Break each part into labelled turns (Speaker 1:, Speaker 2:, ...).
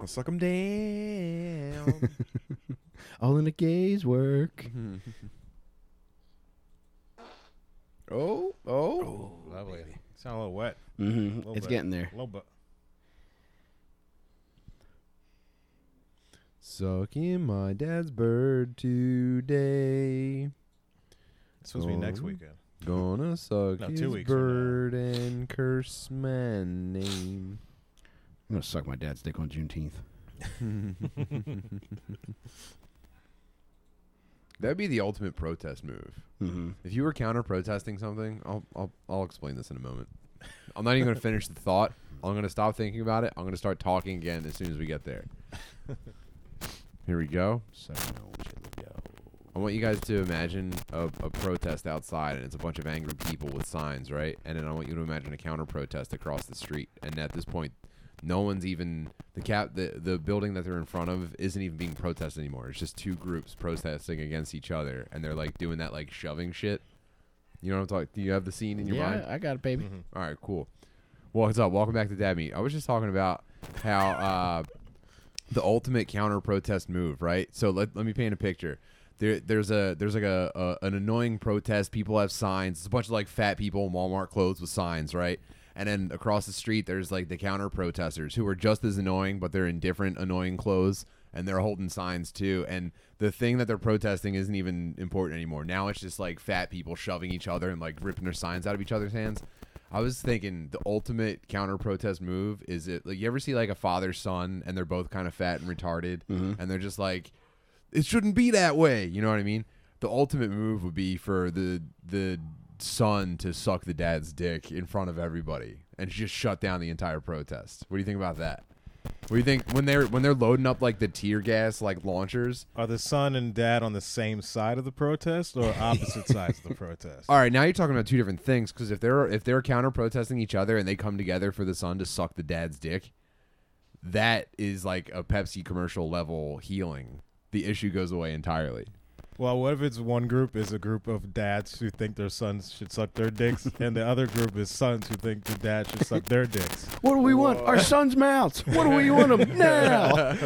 Speaker 1: I'll suck them down.
Speaker 2: All in a gay's work.
Speaker 1: oh, oh.
Speaker 3: Lovely. Sound a little wet.
Speaker 2: Mm-hmm.
Speaker 3: Little
Speaker 2: It's
Speaker 3: bit.
Speaker 2: getting there.
Speaker 3: A little bit.
Speaker 1: Sucking my dad's bird today.
Speaker 3: It's supposed to be next
Speaker 1: Oh.
Speaker 3: weekend.
Speaker 1: Gonna suck
Speaker 3: No, two
Speaker 1: his
Speaker 3: weeks from now.
Speaker 1: bird and curse my name.
Speaker 2: I'm gonna suck my dad's dick on Juneteenth.
Speaker 1: That'd be the ultimate protest move.
Speaker 2: Mm-hmm.
Speaker 1: If you were counter protesting something, I'll, I'll I'll explain this in a moment. I'm not even gonna finish the thought. I'm gonna stop thinking about it. I'm gonna start talking again as soon as we get there. Here we go.
Speaker 2: Suck my old shit.
Speaker 1: I want you guys to imagine a, a protest outside, and it's a bunch of angry people with signs, right? And then I want you to imagine a counter protest across the street. And at this point, no one's even the cap the the building that they're in front of isn't even being protested anymore. It's just two groups protesting against each other, and they're like doing that like shoving shit. You know what I'm talking? Do you have the scene in your
Speaker 2: yeah,
Speaker 1: mind? Mm-hmm.
Speaker 2: I got it, baby.
Speaker 1: All right, cool. Well, what's up? Welcome back to Dad Meat. I was just talking about how uh, the ultimate counter protest move, right? So let, let me paint a picture. There, there's a there's like a, a an annoying protest. People have signs. It's a bunch of like fat people in Walmart clothes with signs, right? And then across the street, there's like the counter protesters who are just as annoying, but they're in different annoying clothes and they're holding signs too. And the thing that they're protesting isn't even important anymore. Now it's just like fat people shoving each other and like ripping their signs out of each other's hands. I was thinking the ultimate counter protest move is it like you ever see like a father son and they're both kind of fat and retarded and they're just like it shouldn't be that way you know what I mean the ultimate move would be for the the son to suck the dad's dick in front of everybody and just shut down the entire protest what do you think about that what do you think when they're when they're loading up like the tear gas like launchers
Speaker 3: Are the son and dad on the same side of the protest or opposite sides of the protest?
Speaker 1: All right, now you're talking about two different things because if they're if they're counter protesting each other and they come together for the son to suck the dad's dick, that is like a Pepsi commercial level healing. The issue goes away entirely.
Speaker 3: Well, what if it's one group is a group of dads who think their sons should suck their dicks, and the other group is sons who think their dads should suck their dicks?
Speaker 2: What do we want? Our son's mouths. What do we want him now?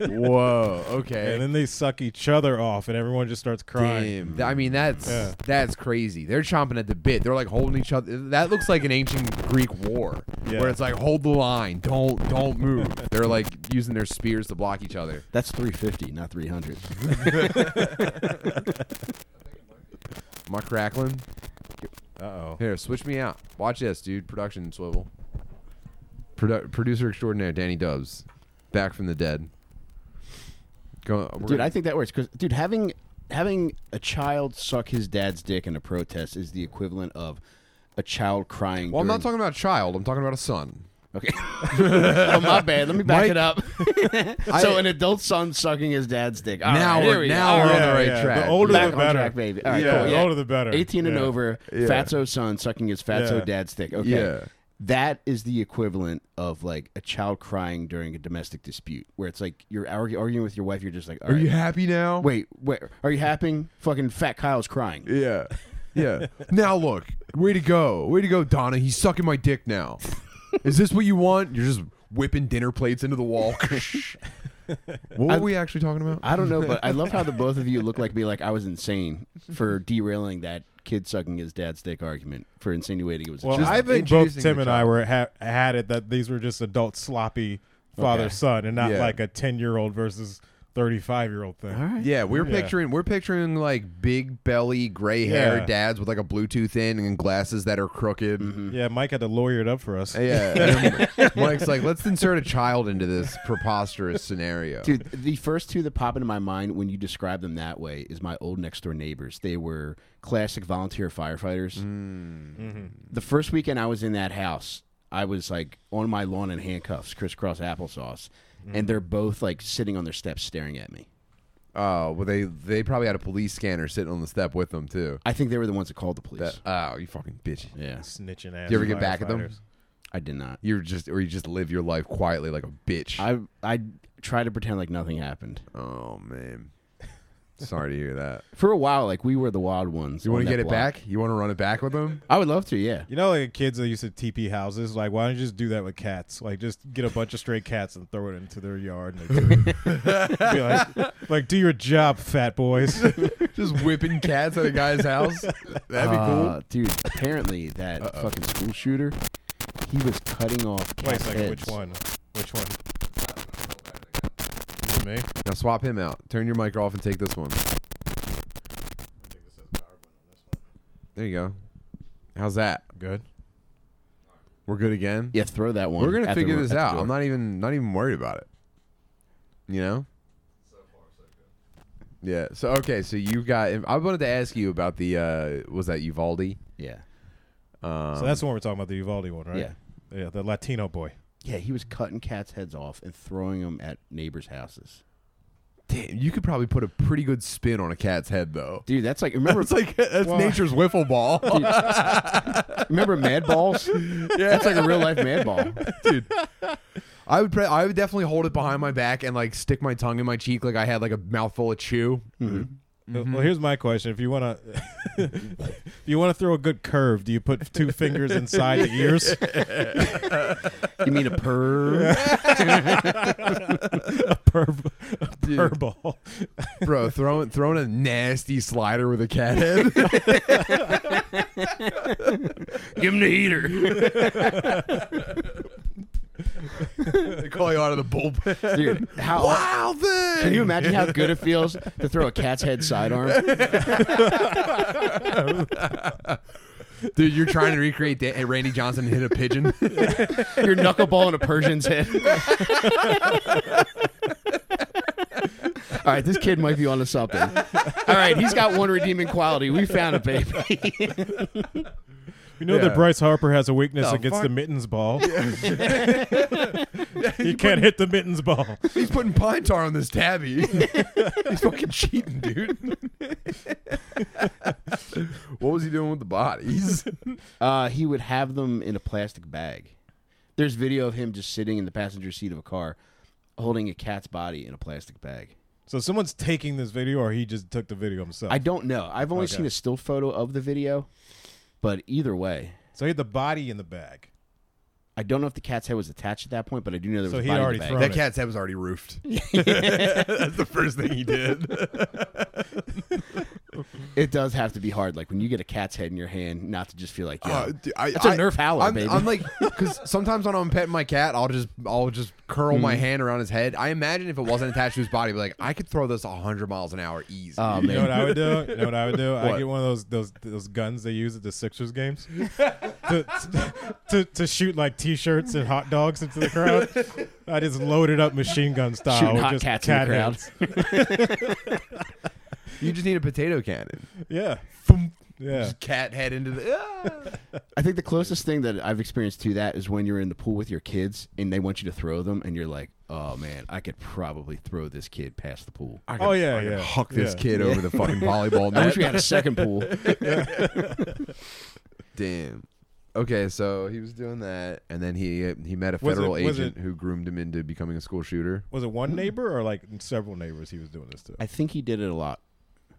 Speaker 1: Whoa, okay.
Speaker 3: And then they suck each other off, and everyone just starts crying.
Speaker 1: Damn. Th- I mean, that's
Speaker 3: Yeah.
Speaker 1: that's crazy. They're chomping at the bit. They're like holding each other. That looks like an ancient Greek war
Speaker 3: Yeah.
Speaker 1: where it's like hold the line, don't don't move. They're like using their spears to block each other.
Speaker 2: That's 350, not 300.
Speaker 1: Am I crackling?
Speaker 3: Uh oh.
Speaker 1: Here, switch me out. Watch this, dude. Production swivel. Produ- producer extraordinaire Danny Dubs, back from the dead. Go, we're
Speaker 2: Dude,
Speaker 1: gonna-
Speaker 2: I think that works because, dude, having having a child suck his dad's dick in a protest is the equivalent of a child crying.
Speaker 1: well, I'm not
Speaker 2: during-
Speaker 1: talking about a child. I'm talking about a son.
Speaker 2: Okay. oh, my bad. Let me back
Speaker 1: Mike-
Speaker 2: it up. so,
Speaker 1: I-
Speaker 2: an adult son sucking his dad's dick. All
Speaker 1: Now
Speaker 2: right,
Speaker 1: we're-
Speaker 2: here we go.
Speaker 1: now
Speaker 2: All
Speaker 1: we're
Speaker 2: right.
Speaker 1: on the right track.
Speaker 3: The older
Speaker 2: Back
Speaker 3: the
Speaker 2: on
Speaker 3: better.
Speaker 2: track, baby. All right,
Speaker 3: yeah,
Speaker 2: cool,
Speaker 3: the
Speaker 2: yeah.
Speaker 3: older the better.
Speaker 2: 18 and
Speaker 3: Yeah.
Speaker 2: over,
Speaker 1: Yeah.
Speaker 2: fatso son sucking his fatso
Speaker 3: Yeah.
Speaker 2: dad's dick. Okay.
Speaker 1: Yeah.
Speaker 2: That is the equivalent of like a child crying during a domestic dispute where it's like you're argu- arguing with your wife. You're just like, all
Speaker 1: Are
Speaker 2: right,
Speaker 1: you happy now?
Speaker 2: wait, wait, are you happy? Fucking fat Kyle's crying.
Speaker 1: Yeah. Yeah. now look, way to go, way to go, Donna. He's sucking my dick now. Is this what you want? You're just whipping dinner plates into the wall. what were we actually talking about?
Speaker 2: I don't know, but I love how the both of you look like me like I was insane for derailing that kid sucking his dad's dick argument for insinuating it was
Speaker 3: Well,
Speaker 2: a child.
Speaker 1: Just
Speaker 3: I think both
Speaker 1: introducing
Speaker 3: Tim
Speaker 1: the
Speaker 3: and I
Speaker 1: child.
Speaker 3: were ha- had it that these were just adult sloppy father son, and not
Speaker 1: Yeah.
Speaker 3: like a ten year old versus thirty five year old thing.
Speaker 1: Yeah, we're
Speaker 3: Yeah.
Speaker 1: picturing we're picturing like big belly, gray hair
Speaker 3: Yeah.
Speaker 1: dads with like a Bluetooth in and glasses that are crooked.
Speaker 2: Mm-hmm.
Speaker 3: Yeah, Mike had to lawyer it up for us.
Speaker 1: Yeah, and Mike's like, let's insert a child into this preposterous scenario.
Speaker 2: Dude, the first two that pop into my mind when you describe them that way is my old next door neighbors. They were classic volunteer firefighters.
Speaker 1: Mm-hmm.
Speaker 2: The first weekend I was in that house, I was like on my lawn in handcuffs, crisscross applesauce, and
Speaker 1: Mm.
Speaker 2: they're both like sitting on their steps staring at me.
Speaker 1: Oh, well, they they probably had a police scanner sitting on the step with them too.
Speaker 2: I think they were the ones that called the police.
Speaker 1: That, oh, you fucking bitch.
Speaker 2: yeah,
Speaker 3: Snitching ass.
Speaker 1: You ever get back at them?
Speaker 3: firefighters.
Speaker 2: I did not.
Speaker 1: You're just or you just live your life quietly like a bitch.
Speaker 2: I I try to pretend like nothing happened.
Speaker 1: oh man. Sorry to hear that.
Speaker 2: For a while, like we were the wild ones.
Speaker 1: You
Speaker 2: on
Speaker 1: want to
Speaker 2: that
Speaker 1: get it
Speaker 2: block.
Speaker 1: back? You want to run it back with them?
Speaker 2: I would love to. Yeah.
Speaker 3: You know, like kids that used to TP houses. Like, why don't you just do that with cats? Like, just get a bunch of stray cats and throw it into their yard. And they do it. Be like, like, do your job, fat boys.
Speaker 1: Just whipping cats at a guy's house? That'd be cool.
Speaker 2: Uh, dude. Apparently, that fucking school shooter, he was cutting off
Speaker 3: Wait a
Speaker 2: cats'
Speaker 3: second,
Speaker 2: heads.
Speaker 3: which one? Which one? Is it me?
Speaker 1: Now swap him out. Turn your mic off and take this one. There you go. How's that?
Speaker 3: Good.
Speaker 1: We're good again.
Speaker 2: Yeah, throw that one.
Speaker 1: We're gonna
Speaker 2: at the
Speaker 1: figure
Speaker 2: ro-
Speaker 1: this
Speaker 2: at the
Speaker 1: out.
Speaker 2: door.
Speaker 1: I'm not even not even worried about it. You know. Yeah. So okay. So you got. I wanted to ask you about the. uh Was that Uvaldi?
Speaker 2: Yeah.
Speaker 1: Um,
Speaker 3: so that's the one we're talking about, the Uvalde one, right?
Speaker 2: Yeah.
Speaker 3: Yeah, the Latino boy. Uh,
Speaker 2: Yeah, he was cutting cats' heads off and throwing them at neighbors' houses.
Speaker 1: damn. You could probably put a pretty good spin on a cat's head, though.
Speaker 2: Dute, that's like remember
Speaker 1: It's like that's
Speaker 3: Well-
Speaker 1: nature's wiffle ball.
Speaker 2: remember Mad Balls?
Speaker 1: yeah.
Speaker 2: That's like a real life Mad Ball.
Speaker 1: dude. I would pre- I would definitely hold it behind my back and like stick my tongue in my cheek like I had like a mouthful of chew.
Speaker 2: Mm-hmm.
Speaker 1: Mm-hmm.
Speaker 3: Well, here's my question: If you wanna, if you wanna throw a good curve, do you put two fingers inside the ears?
Speaker 2: You mean a purr?
Speaker 3: a perv, a
Speaker 1: Dude.
Speaker 3: purr ball.
Speaker 1: Bro, throwing throwing a nasty slider with a cat head.
Speaker 2: Give him the heater.
Speaker 1: they call you out of the bullpen.
Speaker 2: Dude, how
Speaker 1: Wow, thing.
Speaker 2: can you imagine how good it feels to throw a cat's head sidearm?
Speaker 1: Dude, you're trying to recreate that and Randy Johnson hit a pigeon.
Speaker 2: Your knuckleball in a Persian's head. All right, this kid might be onto something. All right, he's got one redeeming quality. We found a baby.
Speaker 3: You know
Speaker 1: Yeah.
Speaker 3: that Bryce Harper has a weakness
Speaker 1: The
Speaker 3: against
Speaker 1: fuck?
Speaker 3: the mittens ball. he can't hit the mittens ball.
Speaker 1: He's putting pine tar on this tabby. He's fucking cheating, dude. what was he doing with the bodies?
Speaker 2: Uh, he would have them in a plastic bag. There's video of him just sitting in the passenger seat of a car, holding a cat's body in a plastic bag.
Speaker 3: So someone's taking this video, or he just took the video himself.
Speaker 2: I don't know. I've only
Speaker 3: Okay.
Speaker 2: seen a still photo of the video, but either way,
Speaker 3: so he had the body in the bag.
Speaker 2: I don't know if the cat's head was attached at that point, but I do know there was
Speaker 3: So
Speaker 2: a
Speaker 3: he'd
Speaker 2: body
Speaker 3: already
Speaker 2: in the bag.
Speaker 3: thrown-
Speaker 1: That cat's head was already roofed. That's the first thing he did.
Speaker 2: It does have to be hard, like when you get a cat's head in your hand, not to just feel like, yo,
Speaker 3: Oh,
Speaker 1: Uh, dude, I,
Speaker 2: That's a
Speaker 1: I-
Speaker 2: Nerf howler,
Speaker 1: I'm,
Speaker 2: baby.
Speaker 1: I'm like, because sometimes when I'm petting my cat, I'll just I'll just curl my hand around his head. I imagine if it wasn't attached to his body, I'd be like I could throw this 100 miles an hour easy.
Speaker 2: Oh,
Speaker 3: You
Speaker 2: man.
Speaker 3: know what I would do? You know what I would do?
Speaker 1: What?
Speaker 3: I get one of those those those guns they use at the Sixers games to, to to shoot like t-shirts and hot dogs into the crowd. I just loaded up machine gun style
Speaker 2: Shooting
Speaker 3: with
Speaker 2: hot
Speaker 3: just
Speaker 2: cats in the
Speaker 3: cat
Speaker 2: crowd.
Speaker 3: heads.
Speaker 1: You just need a potato cannon.
Speaker 3: Yeah, yeah.
Speaker 1: Just cat head into the. Ah.
Speaker 2: I think the closest thing that I've experienced to that is when you're in the pool with your kids and they want you to throw them, and you're like, oh man, I could probably throw this kid past the pool.
Speaker 1: I
Speaker 3: Oh, yeah,
Speaker 1: I
Speaker 3: yeah.
Speaker 1: Huck this
Speaker 3: Yeah.
Speaker 1: kid over the fucking volleyball net.
Speaker 2: I wish we had a second pool.
Speaker 1: Damn. Okay, so he was doing that, and then he he met a
Speaker 3: Was it-
Speaker 1: federal
Speaker 3: was
Speaker 1: agent
Speaker 3: it-
Speaker 1: who groomed him into becoming a school shooter.
Speaker 3: Was it one neighbor or like several neighbors he was doing this to?
Speaker 2: I think he did it a lot.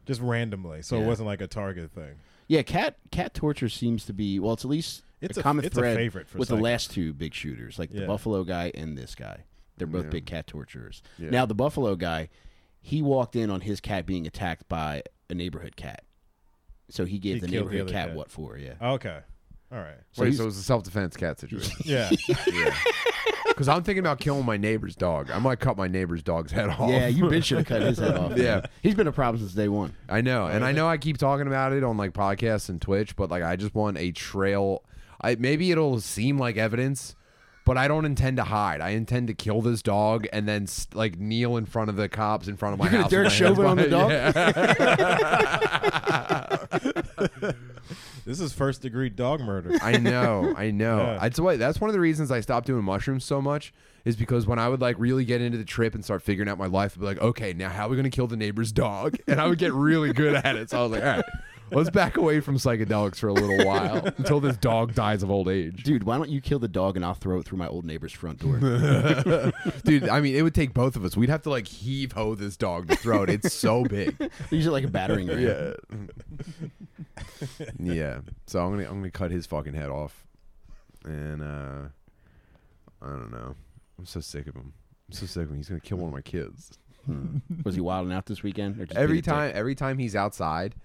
Speaker 3: Just randomly, so
Speaker 2: Yeah.
Speaker 3: it wasn't like a target thing.
Speaker 2: Yeah, cat cat torture seems to be well. It's at least
Speaker 3: It's
Speaker 2: a
Speaker 3: a-
Speaker 2: common
Speaker 3: it's a
Speaker 2: thread
Speaker 3: favorite for
Speaker 2: with the
Speaker 3: psychos.
Speaker 2: last two big shooters, like the
Speaker 3: Yeah.
Speaker 2: Buffalo guy and this guy. They're both
Speaker 1: Yeah.
Speaker 2: big cat torturers.
Speaker 1: Yeah.
Speaker 2: Now the Buffalo guy, he walked in on his cat being attacked by a neighborhood cat, so he gave
Speaker 3: He
Speaker 2: the
Speaker 3: killed the
Speaker 2: neighborhood
Speaker 3: other
Speaker 2: cat,
Speaker 3: cat.
Speaker 2: what for? Yeah.
Speaker 3: Okay, all right.
Speaker 2: So
Speaker 1: Wait,
Speaker 2: he's-
Speaker 1: so it was a self defense cat situation.
Speaker 3: Yeah,
Speaker 1: Because I'm thinking about killing my neighbor's dog. I might cut my neighbor's dog's head off.
Speaker 2: yeah, you been should have cut his head off.
Speaker 1: Yeah.
Speaker 2: he's been a problem since day one.
Speaker 1: I know, and I know I keep talking about it on like podcasts and Twitch, but like I just want a trail. I maybe it'll seem like evidence, but I don't intend to hide. I intend to kill this dog and then s- like kneel in front of the cops in front of my
Speaker 2: You gonna
Speaker 1: house.
Speaker 2: Derek
Speaker 1: with my hands
Speaker 2: Chauvin on the
Speaker 1: behind-
Speaker 2: dog?
Speaker 1: Yeah.
Speaker 3: this is first degree dog murder.
Speaker 1: I know, I know.
Speaker 3: Yeah.
Speaker 1: That's why. That's one of the reasons I stopped doing mushrooms so much is because when I would like really get into the trip and start figuring out my life, I'd be like, okay, now how are we gonna kill the neighbor's dog? And I would get really good at it. So I was like, all right, Let's back away from psychedelics for a little while until this dog dies of old age.
Speaker 2: Dude, why don't you kill the dog and I'll throw it through my old neighbor's front door?
Speaker 1: Dude, I mean, it would take both of us. We'd have to like heave ho this dog to throw it. It's so big.
Speaker 2: Use it like a battering ram.
Speaker 1: yeah. So I'm gonna I'm gonna cut his fucking head off, and uh, I don't know. I'm so sick of him. I'm so sick of him. He's gonna kill one of my kids.
Speaker 2: Was he wilding out this weekend? Or just
Speaker 1: every
Speaker 2: did it take-
Speaker 1: time every time he's outside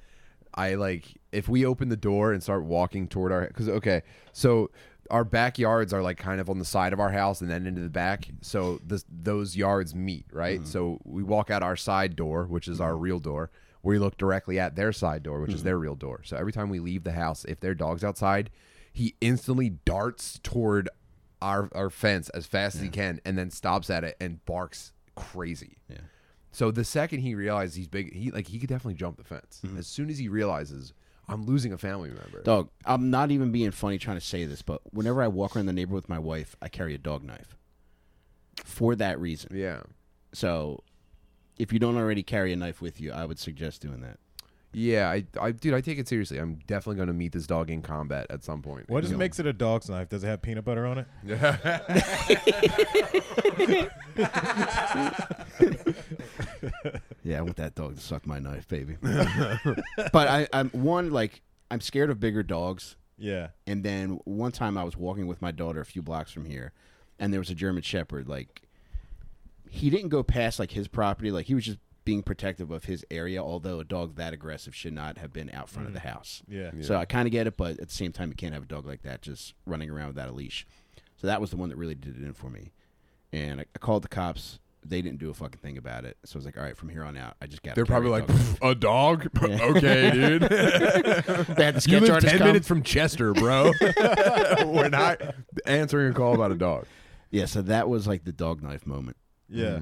Speaker 1: i like if we open the door and start walking toward our because okay so our backyards are like kind of on the side of our house and then into the back so this, those yards meet right
Speaker 2: Mm-hmm.
Speaker 1: so we walk out our side door which is our real door we look directly at their side door which is
Speaker 2: Mm-hmm.
Speaker 1: their real door so every time we leave the house if their dog's outside he instantly darts toward our, our fence as fast as he can and then stops at it and barks crazy
Speaker 2: Yeah.
Speaker 1: so the second he realizes he's big, he like he could definitely jump the fence.
Speaker 2: Mm-hmm.
Speaker 1: As soon as he realizes I'm losing a family member,
Speaker 2: Dog, I'm not even being funny trying to say this, but whenever I walk around the neighborhood with my wife, I carry a dog knife. For that reason.
Speaker 1: yeah,
Speaker 2: So if you don't already carry a knife with you, I would suggest doing that.
Speaker 1: yeah, I, I, dude, I take it seriously. I'm definitely gonna meet this dog in combat at some point.
Speaker 3: What just
Speaker 1: You know?
Speaker 3: makes it a dog's knife? Does it have peanut butter on it?
Speaker 2: Yeah, I want that dog to suck my knife, baby. but I, I'm one like I'm scared of bigger dogs.
Speaker 3: Yeah.
Speaker 2: And then one time I was walking with my daughter a few blocks from here, and there was a German Shepherd. Like, he didn't go past like his property. Like he was just being protective of his area. Although a dog that aggressive should not have been out front of the house.
Speaker 3: Yeah.
Speaker 2: So I kind of get it, but at the same time, you can't have a dog like that just running around without a leash. So that was the one that really did it in for me. And I, I called the cops. They didn't do a fucking thing about it. So I was like, all right, from here on out, I just got.
Speaker 1: They're probably like "Pff, a dog. okay, dude.
Speaker 2: they had the
Speaker 1: you
Speaker 2: sketch
Speaker 1: live
Speaker 2: artist
Speaker 1: ten
Speaker 2: come.
Speaker 1: minutes from Chester, bro. We're not answering a call about a dog.
Speaker 2: Yeah, so that was like the dog knife moment.
Speaker 3: Yeah.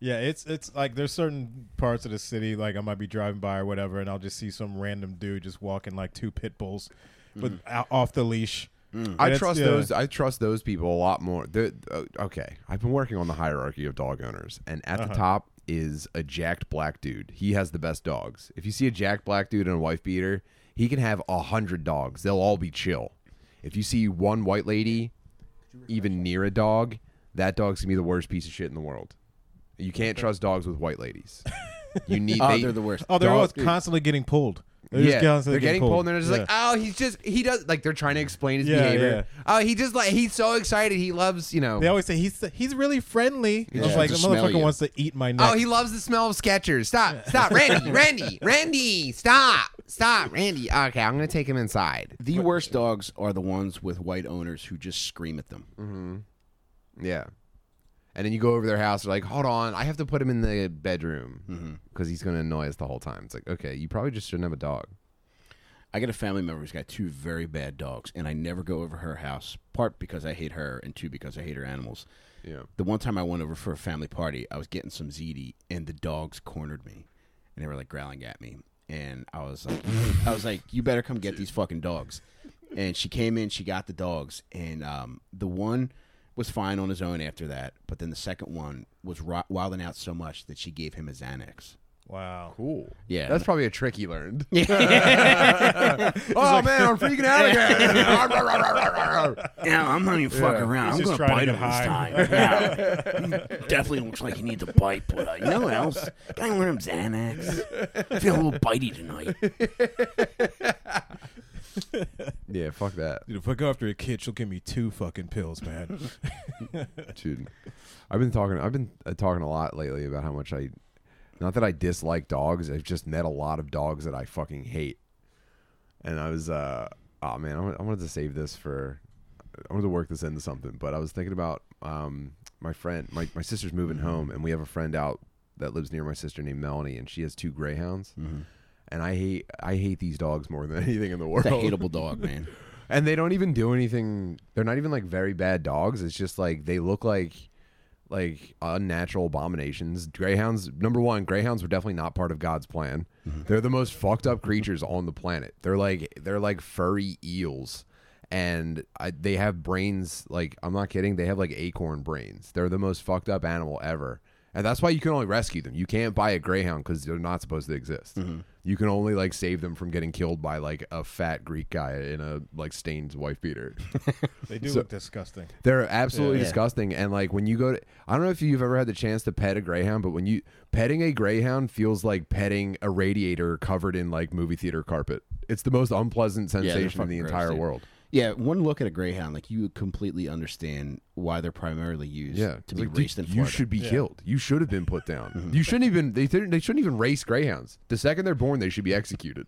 Speaker 3: Yeah, it's it's like there's certain parts of the city like I might be driving by or whatever, and I'll just see some random dude just walking like two pit bulls, but out, off the leash. Mm. And
Speaker 1: I
Speaker 3: it's-
Speaker 1: trust
Speaker 3: yeah.
Speaker 1: those. I trust those people a lot more. They're- uh, okay, I've been working on the hierarchy of dog owners, and at
Speaker 3: Uh-huh.
Speaker 1: the top is a jacked black dude. He has the best dogs. If you see a jacked black dude and a wife beater, he can have a hundred dogs. They'll all be chill. If you see one white lady, even near a dog, that dog's gonna be the worst piece of shit in the world. You can't trust dogs with white ladies. You need.
Speaker 2: Oh,
Speaker 1: they-
Speaker 2: they're the worst.
Speaker 3: Oh, they're
Speaker 1: Dog-
Speaker 3: always constantly getting pulled. They're
Speaker 1: yeah,
Speaker 3: just constantly
Speaker 1: they're getting pulled, and they're just
Speaker 3: Yeah.
Speaker 1: like, "Oh, he's just he does like they're trying to explain his
Speaker 3: Yeah,
Speaker 1: behavior. Oh, he just like he's so excited, he loves you know.
Speaker 3: They always say he's he's really friendly. I was
Speaker 2: just
Speaker 3: like the
Speaker 2: wants to smell
Speaker 3: motherfucker
Speaker 2: you.
Speaker 3: wants to eat my neck.
Speaker 1: oh, he loves the smell of Skechers. Stop, stop, Randy, Randy, Randy, stop, stop, Randy. Okay, I'm gonna take him inside.
Speaker 2: The worst dogs are the ones with white owners who just scream at them.
Speaker 1: Yeah, and then you go over their house. They're like, "Hold on, I have to put him in the bedroom because he's gonna annoy us the whole time." It's like, okay, you probably just shouldn't have a dog.
Speaker 2: I got a family member who's got two very bad dogs, and I never go over her house, part because I hate her, and two because I hate her animals.
Speaker 1: Yeah.
Speaker 2: The one time I went over for a family party, I was getting some ziti, and the dogs cornered me, and they were like growling at me, and I was like, I was like, you better come get these fucking dogs. And she came in, she got the dogs, and um, the one was fine on his own after that, but then the second one was ro- wilding out so much that she gave him a Xanax.
Speaker 3: wow.
Speaker 1: Cool.
Speaker 2: Yeah.
Speaker 1: That's probably a trick he learned. oh man, I'm freaking out again.
Speaker 2: Yeah, I'm not even fucking around.
Speaker 3: He's
Speaker 2: I'm
Speaker 3: just
Speaker 2: going to
Speaker 3: trying
Speaker 2: bite
Speaker 3: to
Speaker 2: him
Speaker 3: get
Speaker 2: this
Speaker 3: high.
Speaker 2: time. Yeah. He Definitely looks like he needs a bite, but uh, you know what else? Gotta learn him Xanax. I feel a little bitey tonight.
Speaker 1: yeah, fuck that.
Speaker 3: Dude, if I go after a kid, she'll give me two fucking pills, man.
Speaker 1: Dude, I've been talking. I've been uh, talking a lot lately about how much I, not that I dislike dogs. I've just met a lot of dogs that I fucking hate. And I was, uh, oh man, I wa- I wanted to save this for, I wanted to work this into something. But I was thinking about um my friend, my my sister's moving home, and we have a friend out that lives near my sister named Melanie, and she has two greyhounds. And I hate I hate these dogs more than anything in the world
Speaker 2: It's a hateable dog, man.
Speaker 1: and they don't even do anything they're not even like very bad dogs it's just like they look like like unnatural abominations greyhounds number one greyhounds were definitely not part of god's plan they're the most fucked up creatures on the planet they're like they're like furry eels and I, they have brains like i'm not kidding they have like acorn brains they're the most fucked up animal ever And that's why you can only rescue them. You can't buy a greyhound because they're not supposed to exist. You can only like save them from getting killed by like a fat Greek guy in a like stained wife beater.
Speaker 3: They do
Speaker 1: So-
Speaker 3: look disgusting.
Speaker 1: They're absolutely
Speaker 2: Yeah.
Speaker 1: disgusting. And like when you go to, I don't know if you've ever had the chance to pet a greyhound, but when you petting a greyhound feels like petting a radiator covered in like movie theater carpet. It's the most unpleasant
Speaker 2: they're
Speaker 1: sensation in the
Speaker 2: fucking gross,
Speaker 1: entire
Speaker 2: dude.
Speaker 1: world.
Speaker 2: Yeah, one look at a greyhound, like you completely understand why they're primarily used
Speaker 1: Yeah,
Speaker 2: to
Speaker 1: It's
Speaker 2: be
Speaker 1: like, dude,
Speaker 2: raced in
Speaker 1: you
Speaker 2: Florida.
Speaker 1: should be
Speaker 3: Yeah.
Speaker 1: killed. You should have been put down. you shouldn't even. They didn't- they shouldn't even race greyhounds. The second they're born, they should be executed.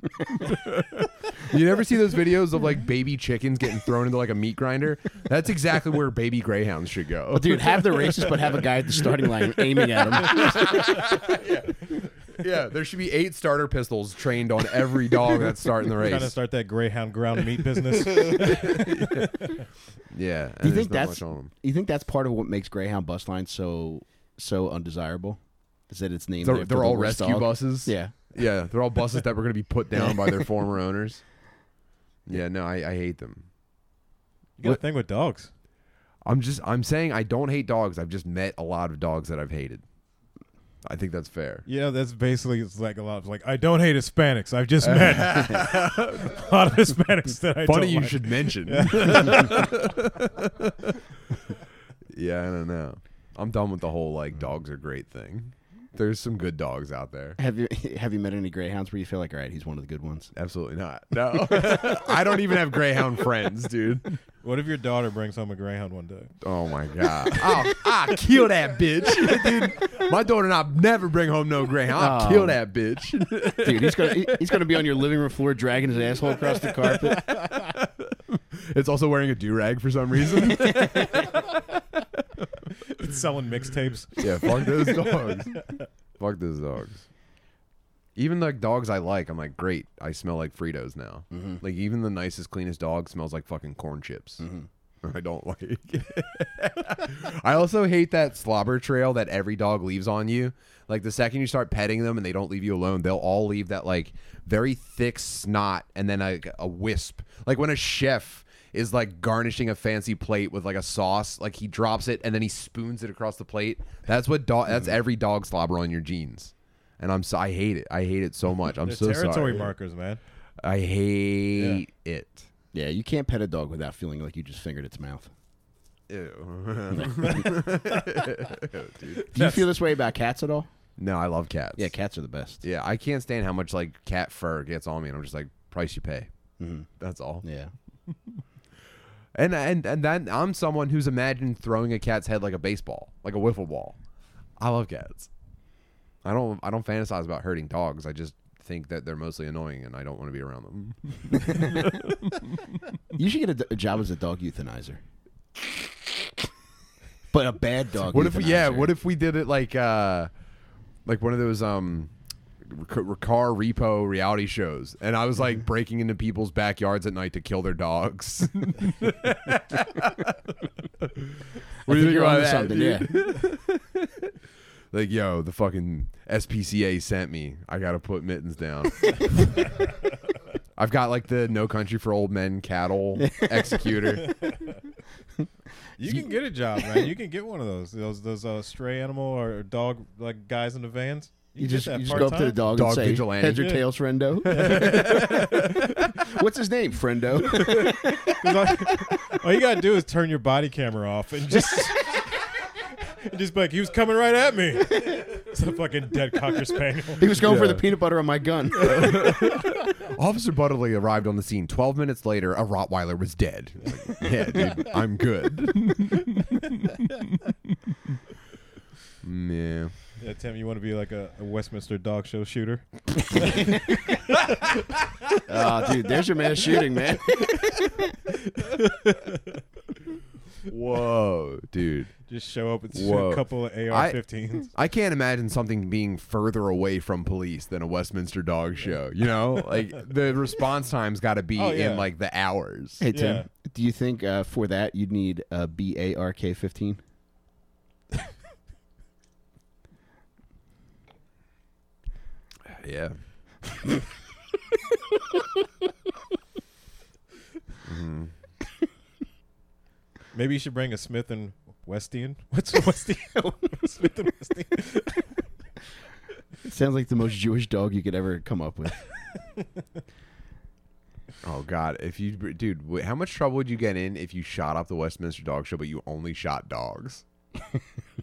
Speaker 1: you never see those videos of like baby chickens getting thrown into like a meat grinder. That's exactly where baby greyhounds should go.
Speaker 2: Well, dude, have the races, but have a guy at the starting line aiming at him.
Speaker 1: Yeah, there should be eight starter pistols trained on every dog that's starting the
Speaker 3: Trying to
Speaker 1: race.
Speaker 3: start that greyhound ground meat business.
Speaker 1: Yeah,
Speaker 2: Do you think that's you think that's part of what makes greyhound bus lines so so undesirable? Is that it's named?
Speaker 1: They're,
Speaker 2: after
Speaker 1: they're
Speaker 2: the
Speaker 1: all
Speaker 2: worst
Speaker 1: rescue
Speaker 2: dog?
Speaker 1: buses.
Speaker 2: Yeah,
Speaker 1: yeah, they're all buses that were going to be put down by their former owners. Yeah, no, I, I hate them.
Speaker 3: You got a thing with dogs.
Speaker 1: I'm just I'm saying I don't hate dogs. I've just met a lot of dogs that I've hated. I think that's fair.
Speaker 3: Yeah, that's basically it's like a lot of like I don't hate Hispanics. I've just met a lot of Hispanics that I
Speaker 1: Funny
Speaker 3: don't
Speaker 1: you
Speaker 3: like.
Speaker 1: should mention. yeah, I don't know. I'm done with the whole like dogs are great thing. There's some good dogs out there.
Speaker 2: have you have you met any greyhounds where you feel like, all right, he's one of the good ones?
Speaker 1: Absolutely not. No. I don't even have greyhound friends, dude.
Speaker 3: What if your daughter brings home a greyhound one day?
Speaker 1: Oh my god. I'll, I'll Oh, kill that bitch. dude, my daughter and I'll never bring home no greyhound. I'll
Speaker 2: Oh.
Speaker 1: kill that bitch.
Speaker 2: Dude, he's gonna he- he's gonna be on your living room floor dragging his asshole across the carpet.
Speaker 1: it's also wearing a do-rag for some reason.
Speaker 3: It's selling mixtapes.
Speaker 1: yeah, fuck those dogs. fuck those dogs. Even like dogs I like, I'm like, great. I smell like Fritos now. Like even the nicest, cleanest dog smells like fucking corn chips. I don't like. I also hate that slobber trail that every dog leaves on you. Like the second you start petting them and they don't leave you alone, they'll all leave that like very thick snot and then like a wisp. Like when a chef is like garnishing a fancy plate with like a sauce, like he drops it and then he spoons it across the plate. That's what dog. That's every dog slobber on your jeans. And I'm so I hate it. I hate it so much. I'm
Speaker 3: They're
Speaker 1: so
Speaker 3: territory
Speaker 1: sorry.
Speaker 3: markers, man.
Speaker 1: I hate it.
Speaker 2: Yeah, you can't pet a dog without feeling like you just fingered its mouth.
Speaker 1: Ew.
Speaker 2: Do you feel this way about cats at all?
Speaker 1: no, I love cats.
Speaker 2: Yeah, cats are the best.
Speaker 1: Yeah, I can't stand how much like cat fur gets on me, and I'm just like, price you pay.
Speaker 2: Mhm.
Speaker 1: That's all.
Speaker 2: Yeah.
Speaker 1: And and and then I'm someone who's imagined throwing a cat's head like a baseball, like a wiffle ball. I love cats. I don't I don't fantasize about hurting dogs. I just think that they're mostly annoying, and I don't want to be around them.
Speaker 2: You should get a, d- a job as a dog euthanizer. But a bad dog.
Speaker 1: What if we, yeah?
Speaker 2: euthanizer.
Speaker 1: What if we did it like uh like one of those um rec- car repo reality shows and i was like breaking into people's backyards at night to kill their dogs what
Speaker 2: I
Speaker 1: do
Speaker 2: think you're
Speaker 1: about
Speaker 2: onto
Speaker 1: that,
Speaker 2: something?
Speaker 1: dude?
Speaker 2: Yeah.
Speaker 1: like yo the fucking spca sent me i gotta put mittens down i've got like the no country for old men cattle executor
Speaker 3: You can get a job, man. You can get one of those those those uh, stray animal or dog like guys in the vans.
Speaker 2: You,
Speaker 3: can get
Speaker 2: just
Speaker 3: that
Speaker 2: you just go up to the
Speaker 3: part-time.
Speaker 2: dog,
Speaker 1: Dog
Speaker 2: and say,
Speaker 1: vigilante.
Speaker 2: "Heads or
Speaker 3: Yeah.
Speaker 2: tails, friendo." What's his name, friendo?
Speaker 3: 'Cause all- all you gotta do is turn your body camera off and just and just be like he was coming right at me. It's a fucking dead cocker spaniel.
Speaker 2: He was going for
Speaker 1: Yeah.
Speaker 2: the peanut butter on my gun.
Speaker 1: Officer Butterly arrived on the scene. Twelve minutes later, a Rottweiler was dead. Like, yeah, dude, I'm good. yeah.
Speaker 3: Yeah, Tim, you want to be like a, a Westminster dog show shooter?
Speaker 2: Ah, dude, there's your mass shooting, man.
Speaker 1: Whoa, dude.
Speaker 3: Just show up with
Speaker 1: Whoa.
Speaker 3: a couple of AR-15s.
Speaker 1: I can't imagine something being further away from police than a Westminster dog show. You know, like the response time's got to be
Speaker 3: Oh, yeah.
Speaker 1: in like the hours.
Speaker 2: Hey Tim,
Speaker 3: Yeah.
Speaker 2: do you think uh, for that you'd need a BARK fifteen?
Speaker 1: Yeah.
Speaker 3: Maybe you should bring a Smith and Westian? What's Westian? Smith and Westian.
Speaker 2: It sounds like the most Jewish dog you could ever come up with.
Speaker 1: Oh God! If you, dude, wh- how much trouble would you get in if you shot up the Westminster Dog Show, but you only shot dogs?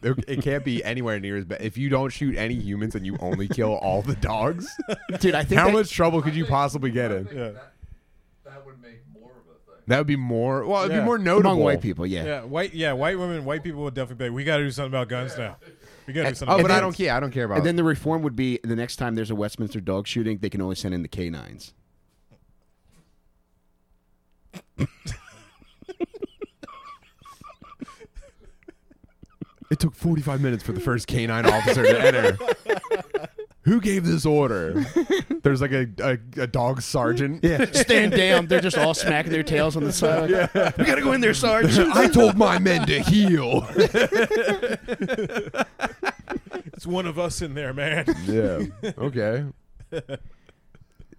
Speaker 1: There- it can't be anywhere near as bad. If you don't shoot any humans and you only kill all the dogs,
Speaker 2: Dude, I think
Speaker 1: how
Speaker 2: that-
Speaker 1: much trouble could you possibly get in?
Speaker 3: Yeah.
Speaker 4: That, that would make more of a thing.
Speaker 1: That would be more. Well, it'd
Speaker 3: Yeah.
Speaker 1: be more
Speaker 3: Among
Speaker 1: notable.
Speaker 2: among white people, yeah.
Speaker 3: Yeah, white. Yeah, white women, white people would definitely be. Like, we got to do something about guns now. We got to do something.
Speaker 1: Oh,
Speaker 3: about
Speaker 1: but I
Speaker 3: guns."
Speaker 1: don't care. I don't care about.
Speaker 2: And then the reform would be the next time there's a Westminster dog shooting, they can only send in the canines.
Speaker 1: it took forty-five minutes for the first canine officer to enter. Who gave this order? There's like a a, a dog sergeant.
Speaker 2: Yeah. Stand down. They're just all smacking their tails on the side. We gotta go in there, Sarge.
Speaker 1: I told my men to heal.
Speaker 3: It's one of us in there, man.
Speaker 1: Yeah. Okay.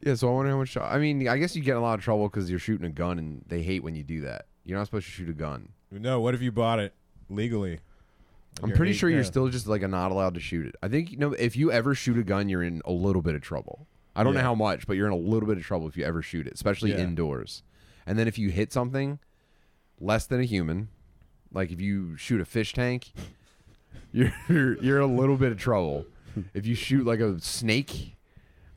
Speaker 1: yeah. So I wonder how much. I mean, I guess you get in a lot of trouble because you're shooting a gun, and they hate when you do that. You're not supposed to shoot a gun.
Speaker 3: no, what if you bought it legally?
Speaker 1: I'm
Speaker 3: You're
Speaker 1: pretty
Speaker 3: eight-
Speaker 1: sure you're
Speaker 3: yeah.
Speaker 1: still just like not allowed to shoot it. I think you know if you ever shoot a gun, you're in a little bit of trouble. I don't know
Speaker 3: Yeah.
Speaker 1: how much, but you're in a little bit of trouble if you ever shoot it, especially
Speaker 3: Yeah.
Speaker 1: indoors. And then if you hit something less than a human, like if you shoot a fish tank, you're you're in a little bit of trouble. If you shoot like a snake,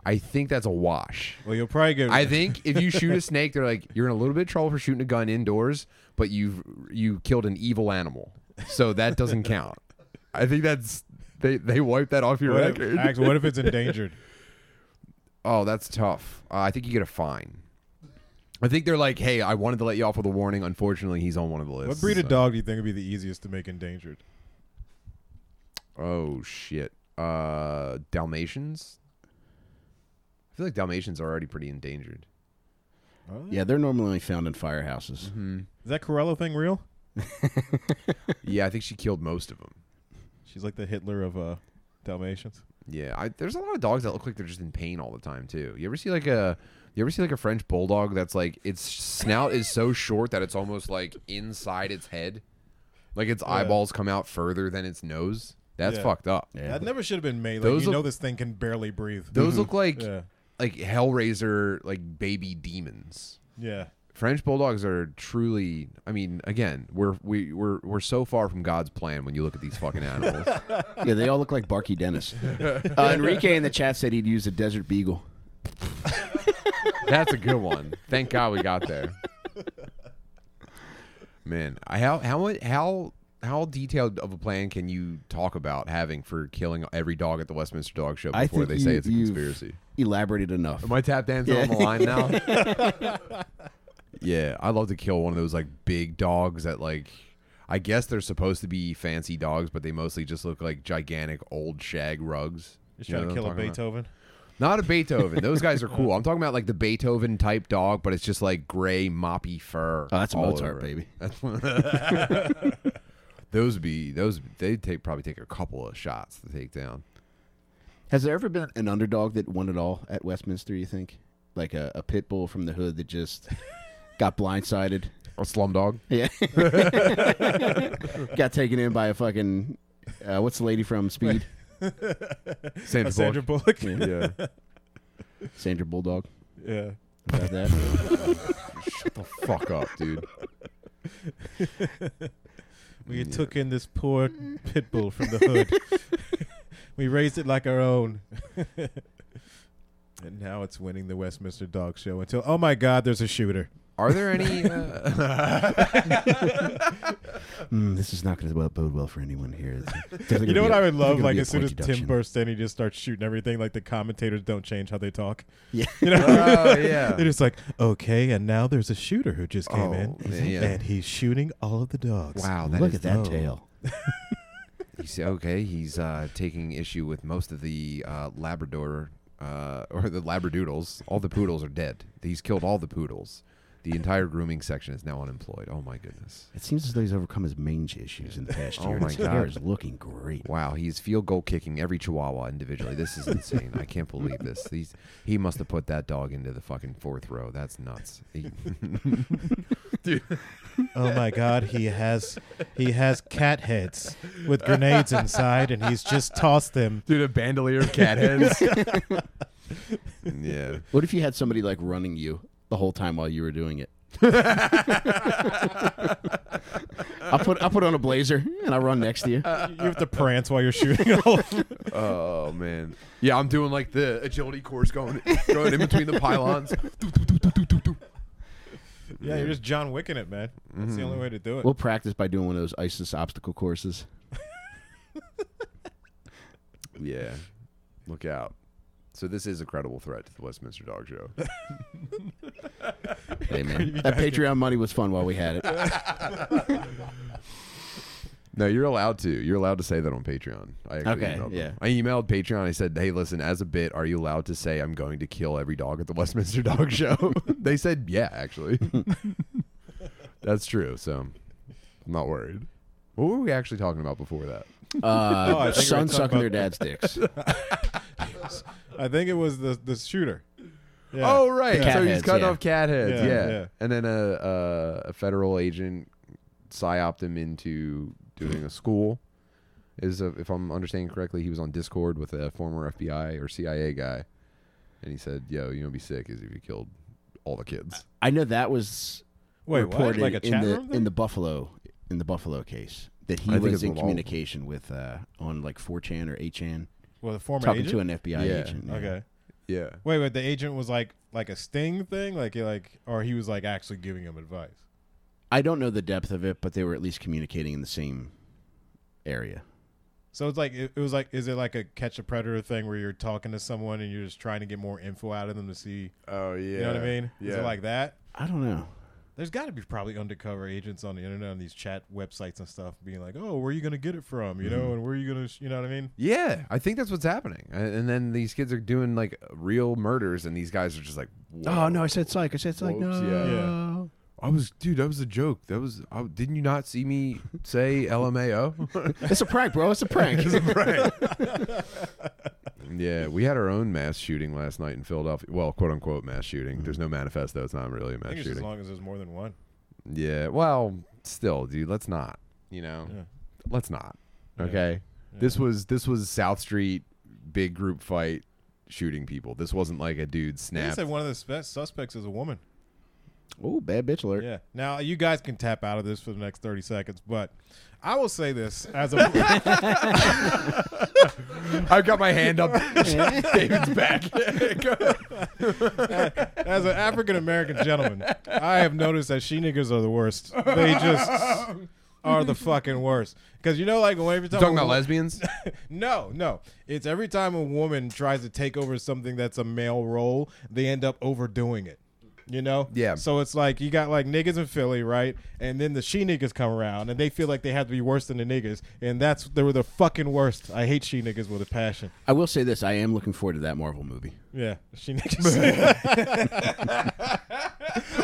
Speaker 1: I think that's a wash.
Speaker 3: Well, you'll probably get.
Speaker 1: I think if you shoot a snake, they're like, you're in a little bit of trouble for shooting a gun indoors, but you've you killed an evil animal, so that doesn't count. I think that's they they wipe that off your
Speaker 3: what if,
Speaker 1: record.
Speaker 3: Ax, what if it's endangered?
Speaker 1: oh, that's tough. Uh, I think you get a fine. I think they're like, hey, I wanted to let you off with a warning. Unfortunately, he's on one of the lists.
Speaker 3: what breed
Speaker 1: so-
Speaker 3: of dog do you think would be the easiest to make endangered?
Speaker 1: Oh shit, uh, Dalmatians. I feel like Dalmatians are already pretty endangered. Oh.
Speaker 2: Yeah, they're normally found in firehouses.
Speaker 3: Is that Corello thing real?
Speaker 1: yeah, I think she killed most of them.
Speaker 3: She's like the Hitler of uh, Dalmatians.
Speaker 1: Yeah, I, there's a lot of dogs that look like they're just in pain all the time too. You ever see like a you ever see like a French bulldog that's like its snout is so short that it's almost like inside its head, like its eyeballs come out further than its nose. That's
Speaker 3: Yeah.
Speaker 1: fucked up.
Speaker 2: Yeah.
Speaker 3: That never should have been made. Like,
Speaker 1: Those
Speaker 3: you
Speaker 1: look-
Speaker 3: know, this thing can barely breathe.
Speaker 1: Those look like
Speaker 3: yeah,
Speaker 1: like Hellraiser like baby demons.
Speaker 3: yeah.
Speaker 1: French bulldogs are truly. I mean, again, we're we, we're we're so far from God's plan when you look at these fucking animals.
Speaker 2: Yeah, they all look like Barky Dennis. Uh, Enrique in the chat said he'd use a desert beagle.
Speaker 1: That's a good one. Thank God we got there. Man, I- how how mu- how how detailed of a plan can you talk about having for killing every dog at the Westminster Dog Show
Speaker 2: I
Speaker 1: before
Speaker 2: think
Speaker 1: they
Speaker 2: you-
Speaker 1: say it's a
Speaker 2: you've-
Speaker 1: conspiracy?
Speaker 2: Elaborated enough.
Speaker 1: Am I tap dancing on the line now? yeah, I'd love to kill one of those like big dogs that like I guess they're supposed to be fancy dogs, but they mostly just look like gigantic old shag rugs.
Speaker 3: Just
Speaker 1: You know
Speaker 3: trying to
Speaker 1: what I'm
Speaker 3: kill a
Speaker 1: talking about?
Speaker 3: Beethoven.
Speaker 1: Not a Beethoven. Those guys are cool. I'm talking about like the Beethoven type dog, but it's just like gray moppy fur.
Speaker 2: Oh, that's a
Speaker 1: all
Speaker 2: Mozart,
Speaker 1: over it.
Speaker 2: baby.
Speaker 1: Those would be those. They take probably take a couple of shots to take down.
Speaker 2: Has there ever been an underdog that won it all at Westminster, you think? Like a, a pit bull from the hood that just got blindsided?
Speaker 1: A slum dog.
Speaker 2: Yeah. got taken in by a fucking. Uh, what's the lady from Speed?
Speaker 1: Sandra
Speaker 3: Uh, Sandra
Speaker 1: Bullock.
Speaker 3: Bullock.
Speaker 1: Yeah.
Speaker 2: Sandra Bulldog.
Speaker 3: yeah.
Speaker 2: About that.
Speaker 1: Shut the fuck up, dude.
Speaker 3: We took in this poor pit bull from the hood. we raised it like our own. and now it's winning the Westminster Dog Show until, oh my God, there's a shooter.
Speaker 1: Are there any? Uh,
Speaker 2: Mm, this is not going to well, bode well for anyone here. It's- there's
Speaker 3: You know
Speaker 2: gonna
Speaker 3: what
Speaker 2: be a-
Speaker 3: I would
Speaker 2: there's
Speaker 3: love?
Speaker 2: gonna
Speaker 3: Like,
Speaker 2: be a
Speaker 3: as soon
Speaker 2: point
Speaker 3: as Tim
Speaker 2: deduction.
Speaker 3: bursts in, he just starts shooting everything. Like, the commentators don't change how they talk.
Speaker 2: Yeah.
Speaker 3: You know?
Speaker 1: oh yeah.
Speaker 3: They're just like, okay, and now there's a shooter who just came
Speaker 1: Oh,
Speaker 3: in,
Speaker 1: man, yeah.
Speaker 3: and he's shooting all of the dogs.
Speaker 1: Wow.
Speaker 2: Oh, Look at
Speaker 1: is-
Speaker 2: that
Speaker 3: low.
Speaker 2: tail.
Speaker 1: He's okay. He's uh, taking issue with most of the uh, Labrador uh, or the Labradoodles. All the poodles are dead. He's killed all the poodles. The entire grooming section is now unemployed. Oh my goodness.
Speaker 2: It seems as though he's overcome his mange issues in the past
Speaker 1: Oh
Speaker 2: year.
Speaker 1: my
Speaker 2: his hair
Speaker 1: God.
Speaker 2: is looking great.
Speaker 1: Wow, he's field goal kicking every Chihuahua individually. This is insane. I can't believe this. These he must have put that dog into the fucking fourth row. That's nuts. He-
Speaker 3: Oh my God, he has he has cat heads with grenades inside, and he's just tossed them.
Speaker 1: Dude, a bandolier of cat heads. yeah.
Speaker 2: What if you had somebody like running you the whole time while you were doing it? I put I put on a blazer and I run next to you.
Speaker 3: You have to prance while you're shooting. All of them.
Speaker 1: Oh man. Yeah, I'm doing like the agility course going going in between the pylons.
Speaker 3: Yeah, you're just John Wicking it, man. That's the only way to do it.
Speaker 2: Mm-hmm. We'll practice by doing one of those ISIS obstacle courses.
Speaker 1: Yeah. Look out. So this is a credible threat to the Westminster Dog Show.
Speaker 2: Hey man, that Patreon money was fun while we had it. Uh,
Speaker 1: No, you're allowed to. You're allowed to say that on Patreon. I actually
Speaker 2: Okay,
Speaker 1: emailed them.
Speaker 2: yeah.
Speaker 1: I emailed Patreon. I said, "Hey, listen, as a bit, are you allowed to say I'm going to kill every dog at the Westminster Dog Show?" they said, "Yeah, actually." That's true. So, I'm not worried. What were we actually talking about before that?
Speaker 3: Oh, I
Speaker 2: Uh,
Speaker 3: think we were
Speaker 2: son
Speaker 3: talking
Speaker 2: sucking
Speaker 3: about-
Speaker 2: their dad's dicks.
Speaker 3: I think it was the the shooter. Yeah.
Speaker 1: Oh, right.
Speaker 2: Cat
Speaker 1: so he's
Speaker 2: heads,
Speaker 1: cutting
Speaker 2: yeah.
Speaker 1: off cat heads.
Speaker 3: Yeah,
Speaker 1: Yeah.
Speaker 3: yeah.
Speaker 1: And then a, a a federal agent psyoped him into doing a school. Is a, if I'm understanding correctly, he was on Discord with a former FBI or CIA guy, and he said, "Yo, you know, what'd be sick is if you killed all the kids."
Speaker 2: I know that was
Speaker 3: wait, what?
Speaker 2: reported
Speaker 3: Like a
Speaker 2: in
Speaker 3: chat
Speaker 2: the
Speaker 3: room?
Speaker 2: in
Speaker 3: thing?
Speaker 2: the Buffalo in the Buffalo case that he
Speaker 1: I think
Speaker 2: was
Speaker 1: it's
Speaker 2: in
Speaker 1: with all of them.
Speaker 2: communication with uh, on like 4chan or 8chan
Speaker 3: well, the former
Speaker 2: talking
Speaker 3: agent.
Speaker 2: to an FBI
Speaker 1: Yeah.
Speaker 2: agent. yeah.
Speaker 3: Okay.
Speaker 1: Yeah.
Speaker 3: Wait, wait. The agent was like like a sting thing, like he like, or he was like actually giving him advice.
Speaker 2: I don't know the depth of it, but they were at least communicating in the same area.
Speaker 3: So it's like it, it was like, is it like a catch a predator thing where you're talking to someone and you're just trying to get more info out of them to see,
Speaker 1: Oh yeah.
Speaker 3: you know what I mean? Is it like that?
Speaker 2: I don't know.
Speaker 3: There's got to be probably undercover agents on the internet on these chat websites and stuff, being like, oh, where are you gonna get it from? You
Speaker 1: Mm-hmm.
Speaker 3: know, and where are you gonna, sh- you know what I mean?
Speaker 1: Yeah, I think that's what's happening. A- And then these kids are doing like real murders, and these guys are just like,
Speaker 2: Oh
Speaker 1: "Whoa."
Speaker 2: no, I said psych. I said psych.
Speaker 1: Whoops,
Speaker 2: no.
Speaker 1: yeah. I was, dude, that was a joke. That was, I, didn't you not see me say LMAO?
Speaker 2: It's a prank, bro. It's a prank.
Speaker 1: yeah, we had our own mass shooting last night in Philadelphia. Well, quote unquote mass shooting. There's no manifesto. It's not really a
Speaker 3: I
Speaker 1: mass
Speaker 3: think it's as
Speaker 1: shooting.
Speaker 3: long as there's more than one.
Speaker 1: Yeah. Well, still, dude, let's not. You know,
Speaker 3: Yeah.
Speaker 1: let's not. Okay. This was this was South Street big group fight shooting people. This wasn't like a dude
Speaker 3: They
Speaker 1: snap.
Speaker 3: said one of the spe- suspects is a woman.
Speaker 2: oh, bad bitch alert.
Speaker 3: Yeah. Now you guys can tap out of this for the next thirty seconds, but I will say this as a
Speaker 1: I've got my hand up. David's back.
Speaker 3: as an African American gentleman, I have noticed that she niggas are the worst. They just are the fucking worst. Because you know, like when every time
Speaker 1: Talking about
Speaker 3: a wo-
Speaker 1: lesbians.
Speaker 3: no, no, it's every time a woman tries to take over something that's a male role, they end up overdoing it. You know,
Speaker 1: Yeah.
Speaker 3: So it's like you got like niggas in Philly, right? And then the she niggas come around, and they feel like they have to be worse than the niggas, and that's they were the fucking worst. I hate she niggas with a passion.
Speaker 2: I will say this: I am looking forward to that Marvel movie.
Speaker 3: Yeah, she niggas.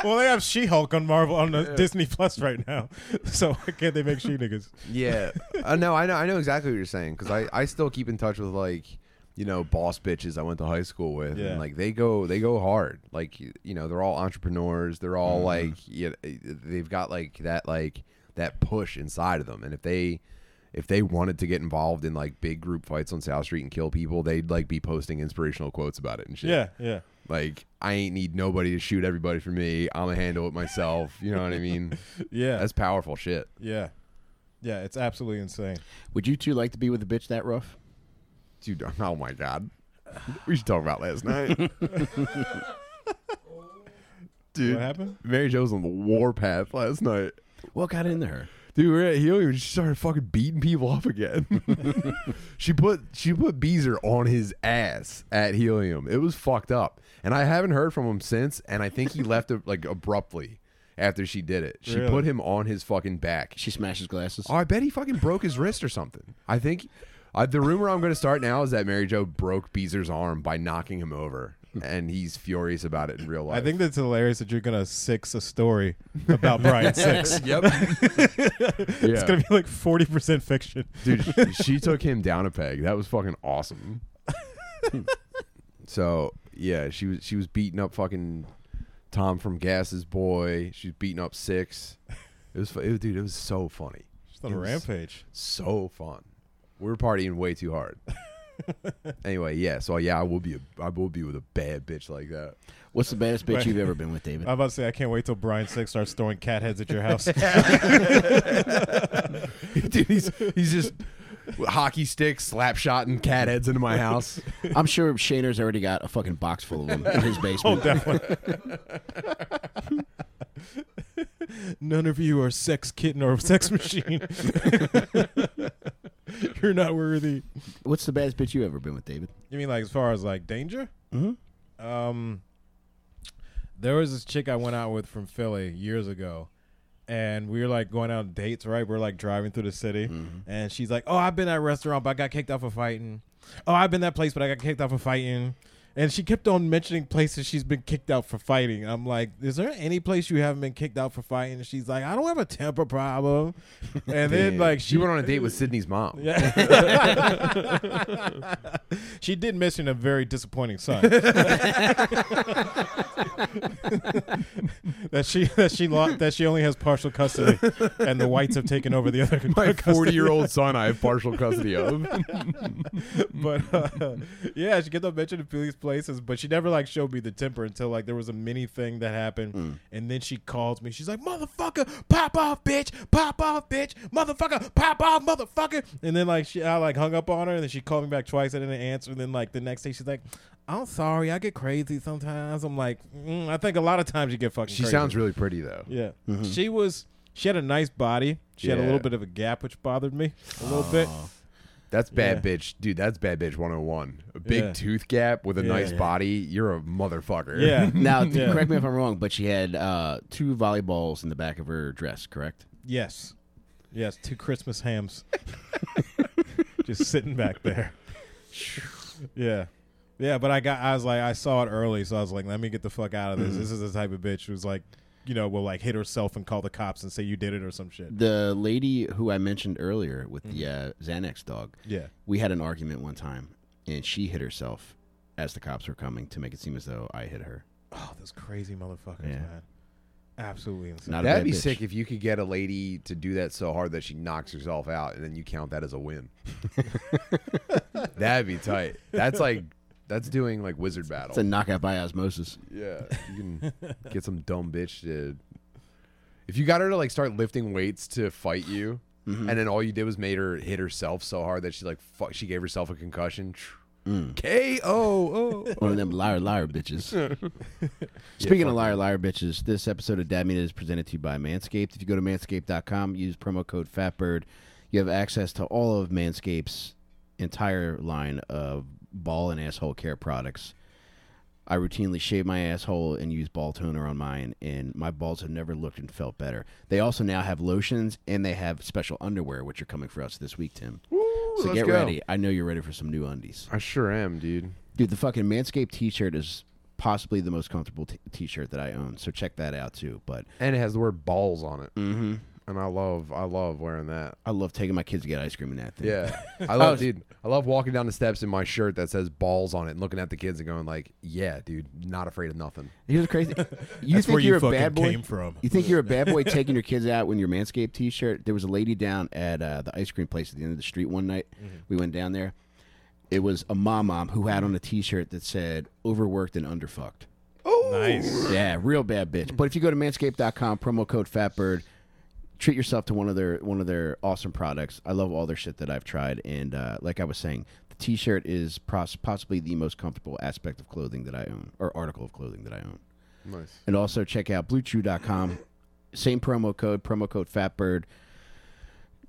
Speaker 3: well, they have She Hulk on Marvel on the Disney Plus right now, so why can't they make she niggas?
Speaker 1: Yeah. uh, no, I know. I know exactly what you're saying because I, I still keep in touch with like you know boss bitches I went to high school with
Speaker 3: Yeah.
Speaker 1: and like they go they go hard like y- you know they're all entrepreneurs they're all
Speaker 3: Mm-hmm.
Speaker 1: like you they've got like that like that push inside of them and if they if they wanted to get involved in like big group fights on South Street and kill people they'd like be posting inspirational quotes about it and shit
Speaker 3: Yeah, yeah.
Speaker 1: like I ain't need nobody to shoot everybody for me I'm gonna handle it myself you know what I mean
Speaker 3: Yeah.
Speaker 1: that's powerful shit
Speaker 3: Yeah. Yeah, it's absolutely insane.
Speaker 2: Would you two like to be with a bitch that rough?
Speaker 1: Dude, oh my god. We should talk about last night. Dude,
Speaker 3: What happened?
Speaker 1: Mary Jo was on the warpath last night.
Speaker 2: What got into her?
Speaker 1: Dude, we we're at Helium. She started fucking beating people up again. she put she put Beezer on his ass at Helium. It was fucked up, and I haven't heard from him since. And I think he left like abruptly after she did it. She
Speaker 3: Really?
Speaker 1: put him on his fucking back.
Speaker 2: She smashes glasses.
Speaker 1: Oh, I bet he fucking broke his wrist or something. I think uh, the rumor I'm going to start now is that Mary Jo broke Beezer's arm by knocking him over. and he's furious about it in real life.
Speaker 3: I think that's hilarious that you're gonna six a story about Brian Six.
Speaker 1: Yep.
Speaker 3: It's gonna be like forty percent fiction.
Speaker 1: Dude, she, she took him down a peg. That was fucking awesome. so yeah, she was she was beating up fucking Tom from Gas's boy. She was beating up Six. It was, fu- it was dude. It was so funny,
Speaker 3: Just on a
Speaker 1: It was-
Speaker 3: rampage.
Speaker 1: so fun. We were partying way too hard. anyway, yeah. So yeah, I will be a, I will be with a bad bitch like that.
Speaker 2: What's the baddest bitch
Speaker 3: Right.
Speaker 2: you've ever been with, David?
Speaker 3: I'm about to say I can't wait till Brian Six starts throwing cat heads at your house.
Speaker 1: dude, he's he's just hockey sticks, slap shotting cat heads into my house.
Speaker 2: I'm sure Shayner's already got a fucking box full of them in
Speaker 3: Oh,
Speaker 2: his basement.
Speaker 3: None of you are sex kitten or sex machine. You're not worthy.
Speaker 2: What's the baddest bitch you've ever been with, David?
Speaker 3: You mean like as far as like danger?
Speaker 2: Mhm.
Speaker 1: Mm-hmm.
Speaker 3: Um, there was this chick I went out with from Philly years ago, and we were like going out on dates. Right, we're like driving through the city,
Speaker 1: Mm-hmm.
Speaker 3: and she's like, "Oh, I've been at a restaurant, but I got kicked out for fighting. Oh, I've been that place, but I got kicked out for fighting." And she kept on mentioning places she's been kicked out for fighting. I'm like, is there any place you haven't been kicked out for fighting? And she's like, I don't have a temper problem. And then
Speaker 1: Damn.
Speaker 3: like
Speaker 1: she went on a date with Sydney's mom.
Speaker 3: yeah. she did mention a very disappointing son. that she that she lo- that she only has partial custody, and the whites have taken over the other.
Speaker 1: my
Speaker 3: custody.
Speaker 1: 40 year old son I have partial custody of.
Speaker 3: But uh, yeah, she kept on mentioning Felix places, but she never like showed me the temper until like there was a mini thing that happened,
Speaker 1: Hmm.
Speaker 3: and then she calls me. She's like, "Motherfucker, pop off, bitch, pop off, bitch, motherfucker, pop off, motherfucker." And then like she, I like hung up on her, and then she called me back twice. I didn't answer. And then like the next day, she's like, "I'm sorry, I get crazy sometimes." I'm like, mm, "I think a lot of times you get fucking."
Speaker 1: She
Speaker 3: crazy.
Speaker 1: sounds really pretty though.
Speaker 3: Yeah. She was she had a nice body. She had a
Speaker 1: Yeah.
Speaker 3: little bit of a gap which bothered me a little bit.
Speaker 1: That's bad
Speaker 3: Yeah.
Speaker 1: bitch. Dude, that's bad bitch 101. A big
Speaker 3: Yeah.
Speaker 1: tooth gap with a
Speaker 3: Yeah.
Speaker 1: nice body. You're a motherfucker.
Speaker 3: Yeah.
Speaker 2: Now,
Speaker 3: Yeah.
Speaker 2: correct me if I'm wrong, but she had uh, two volleyballs in the back of her dress, correct?
Speaker 3: Yes. Yes, two Christmas hams. Just sitting back there. Yeah. Yeah, but I got I was like I saw it early, so I was like, let me get the fuck out of this. This is the type of bitch who's like, you know, will like hit herself and call the cops and say you did it or some shit.
Speaker 2: The lady who I mentioned earlier with the
Speaker 3: Mm-hmm.
Speaker 2: uh, Xanax dog,
Speaker 3: Yeah.
Speaker 2: we had an argument one time, and she hit herself as the cops were coming to make it seem as though I hit her.
Speaker 3: Oh, those crazy motherfuckers,
Speaker 2: Yeah.
Speaker 3: man. Absolutely insane.
Speaker 2: Not a
Speaker 1: That'd
Speaker 2: bad
Speaker 1: be
Speaker 2: bitch.
Speaker 1: sick if you could get a lady to do that so hard that she knocks herself out and then you count that as a win. That'd be tight. That's like that's doing like wizard battle.
Speaker 2: It's
Speaker 3: Oh.
Speaker 2: a knockout by osmosis.
Speaker 1: yeah. You can get some dumb bitch to if you got her to like start lifting weights to fight you,
Speaker 2: Mm-hmm.
Speaker 1: and then all you did was made her hit herself so hard that she like fuck, she gave herself a concussion.
Speaker 2: Mm.
Speaker 1: K O oh, O.
Speaker 2: One of them liar liar bitches. Speaking of liar liar bitches, this episode of Dad Meat is presented to you by Manscaped. If you go to manscaped.com, use promo code FATBIRD, you have access to all of Manscaped's entire line of ball and asshole care products. I routinely shave my asshole and use ball toner on mine, and my balls have never looked and felt better. They also now have lotions and they have special underwear, which are coming for us this week, Tim. so
Speaker 1: let's
Speaker 2: get
Speaker 1: go.
Speaker 2: ready. I know you're ready for some new undies.
Speaker 1: I sure am, dude.
Speaker 2: Dude, the fucking Manscaped t-shirt is possibly the most comfortable t- t-shirt that I own. So check that out too. But
Speaker 1: And it has the word balls on it. Mm-hmm. And I love, I love wearing that.
Speaker 2: I love taking my kids to get ice cream in that thing.
Speaker 1: Yeah, I
Speaker 2: Oh,
Speaker 1: love, dude. I love walking down the steps in my shirt that says balls on it and looking at the kids and going like, "Yeah, dude, not afraid of nothing."
Speaker 2: Here's the crazy. You think
Speaker 3: That's where you
Speaker 2: you're a
Speaker 3: fucking
Speaker 2: bad boy?
Speaker 3: came from.
Speaker 2: You think you're a bad boy taking your kids out when your Manscaped t-shirt? There was a lady down at uh, the ice cream place at the end of the street one night.
Speaker 3: Mm-hmm.
Speaker 2: We went down there. It was a mom mom who had on a t-shirt that said "overworked and underfucked."
Speaker 3: Nice.
Speaker 2: Yeah, real bad bitch. But if you go to manscaped.com, promo code fatbird, treat yourself to one of their one of their awesome products. I love all their shit that I've tried and uh, like I was saying, the t-shirt is pros- possibly the most comfortable aspect of clothing that I own or article of clothing that I own.
Speaker 1: Nice.
Speaker 2: And also check out bluechew.com. Same promo code, promo code fatbird.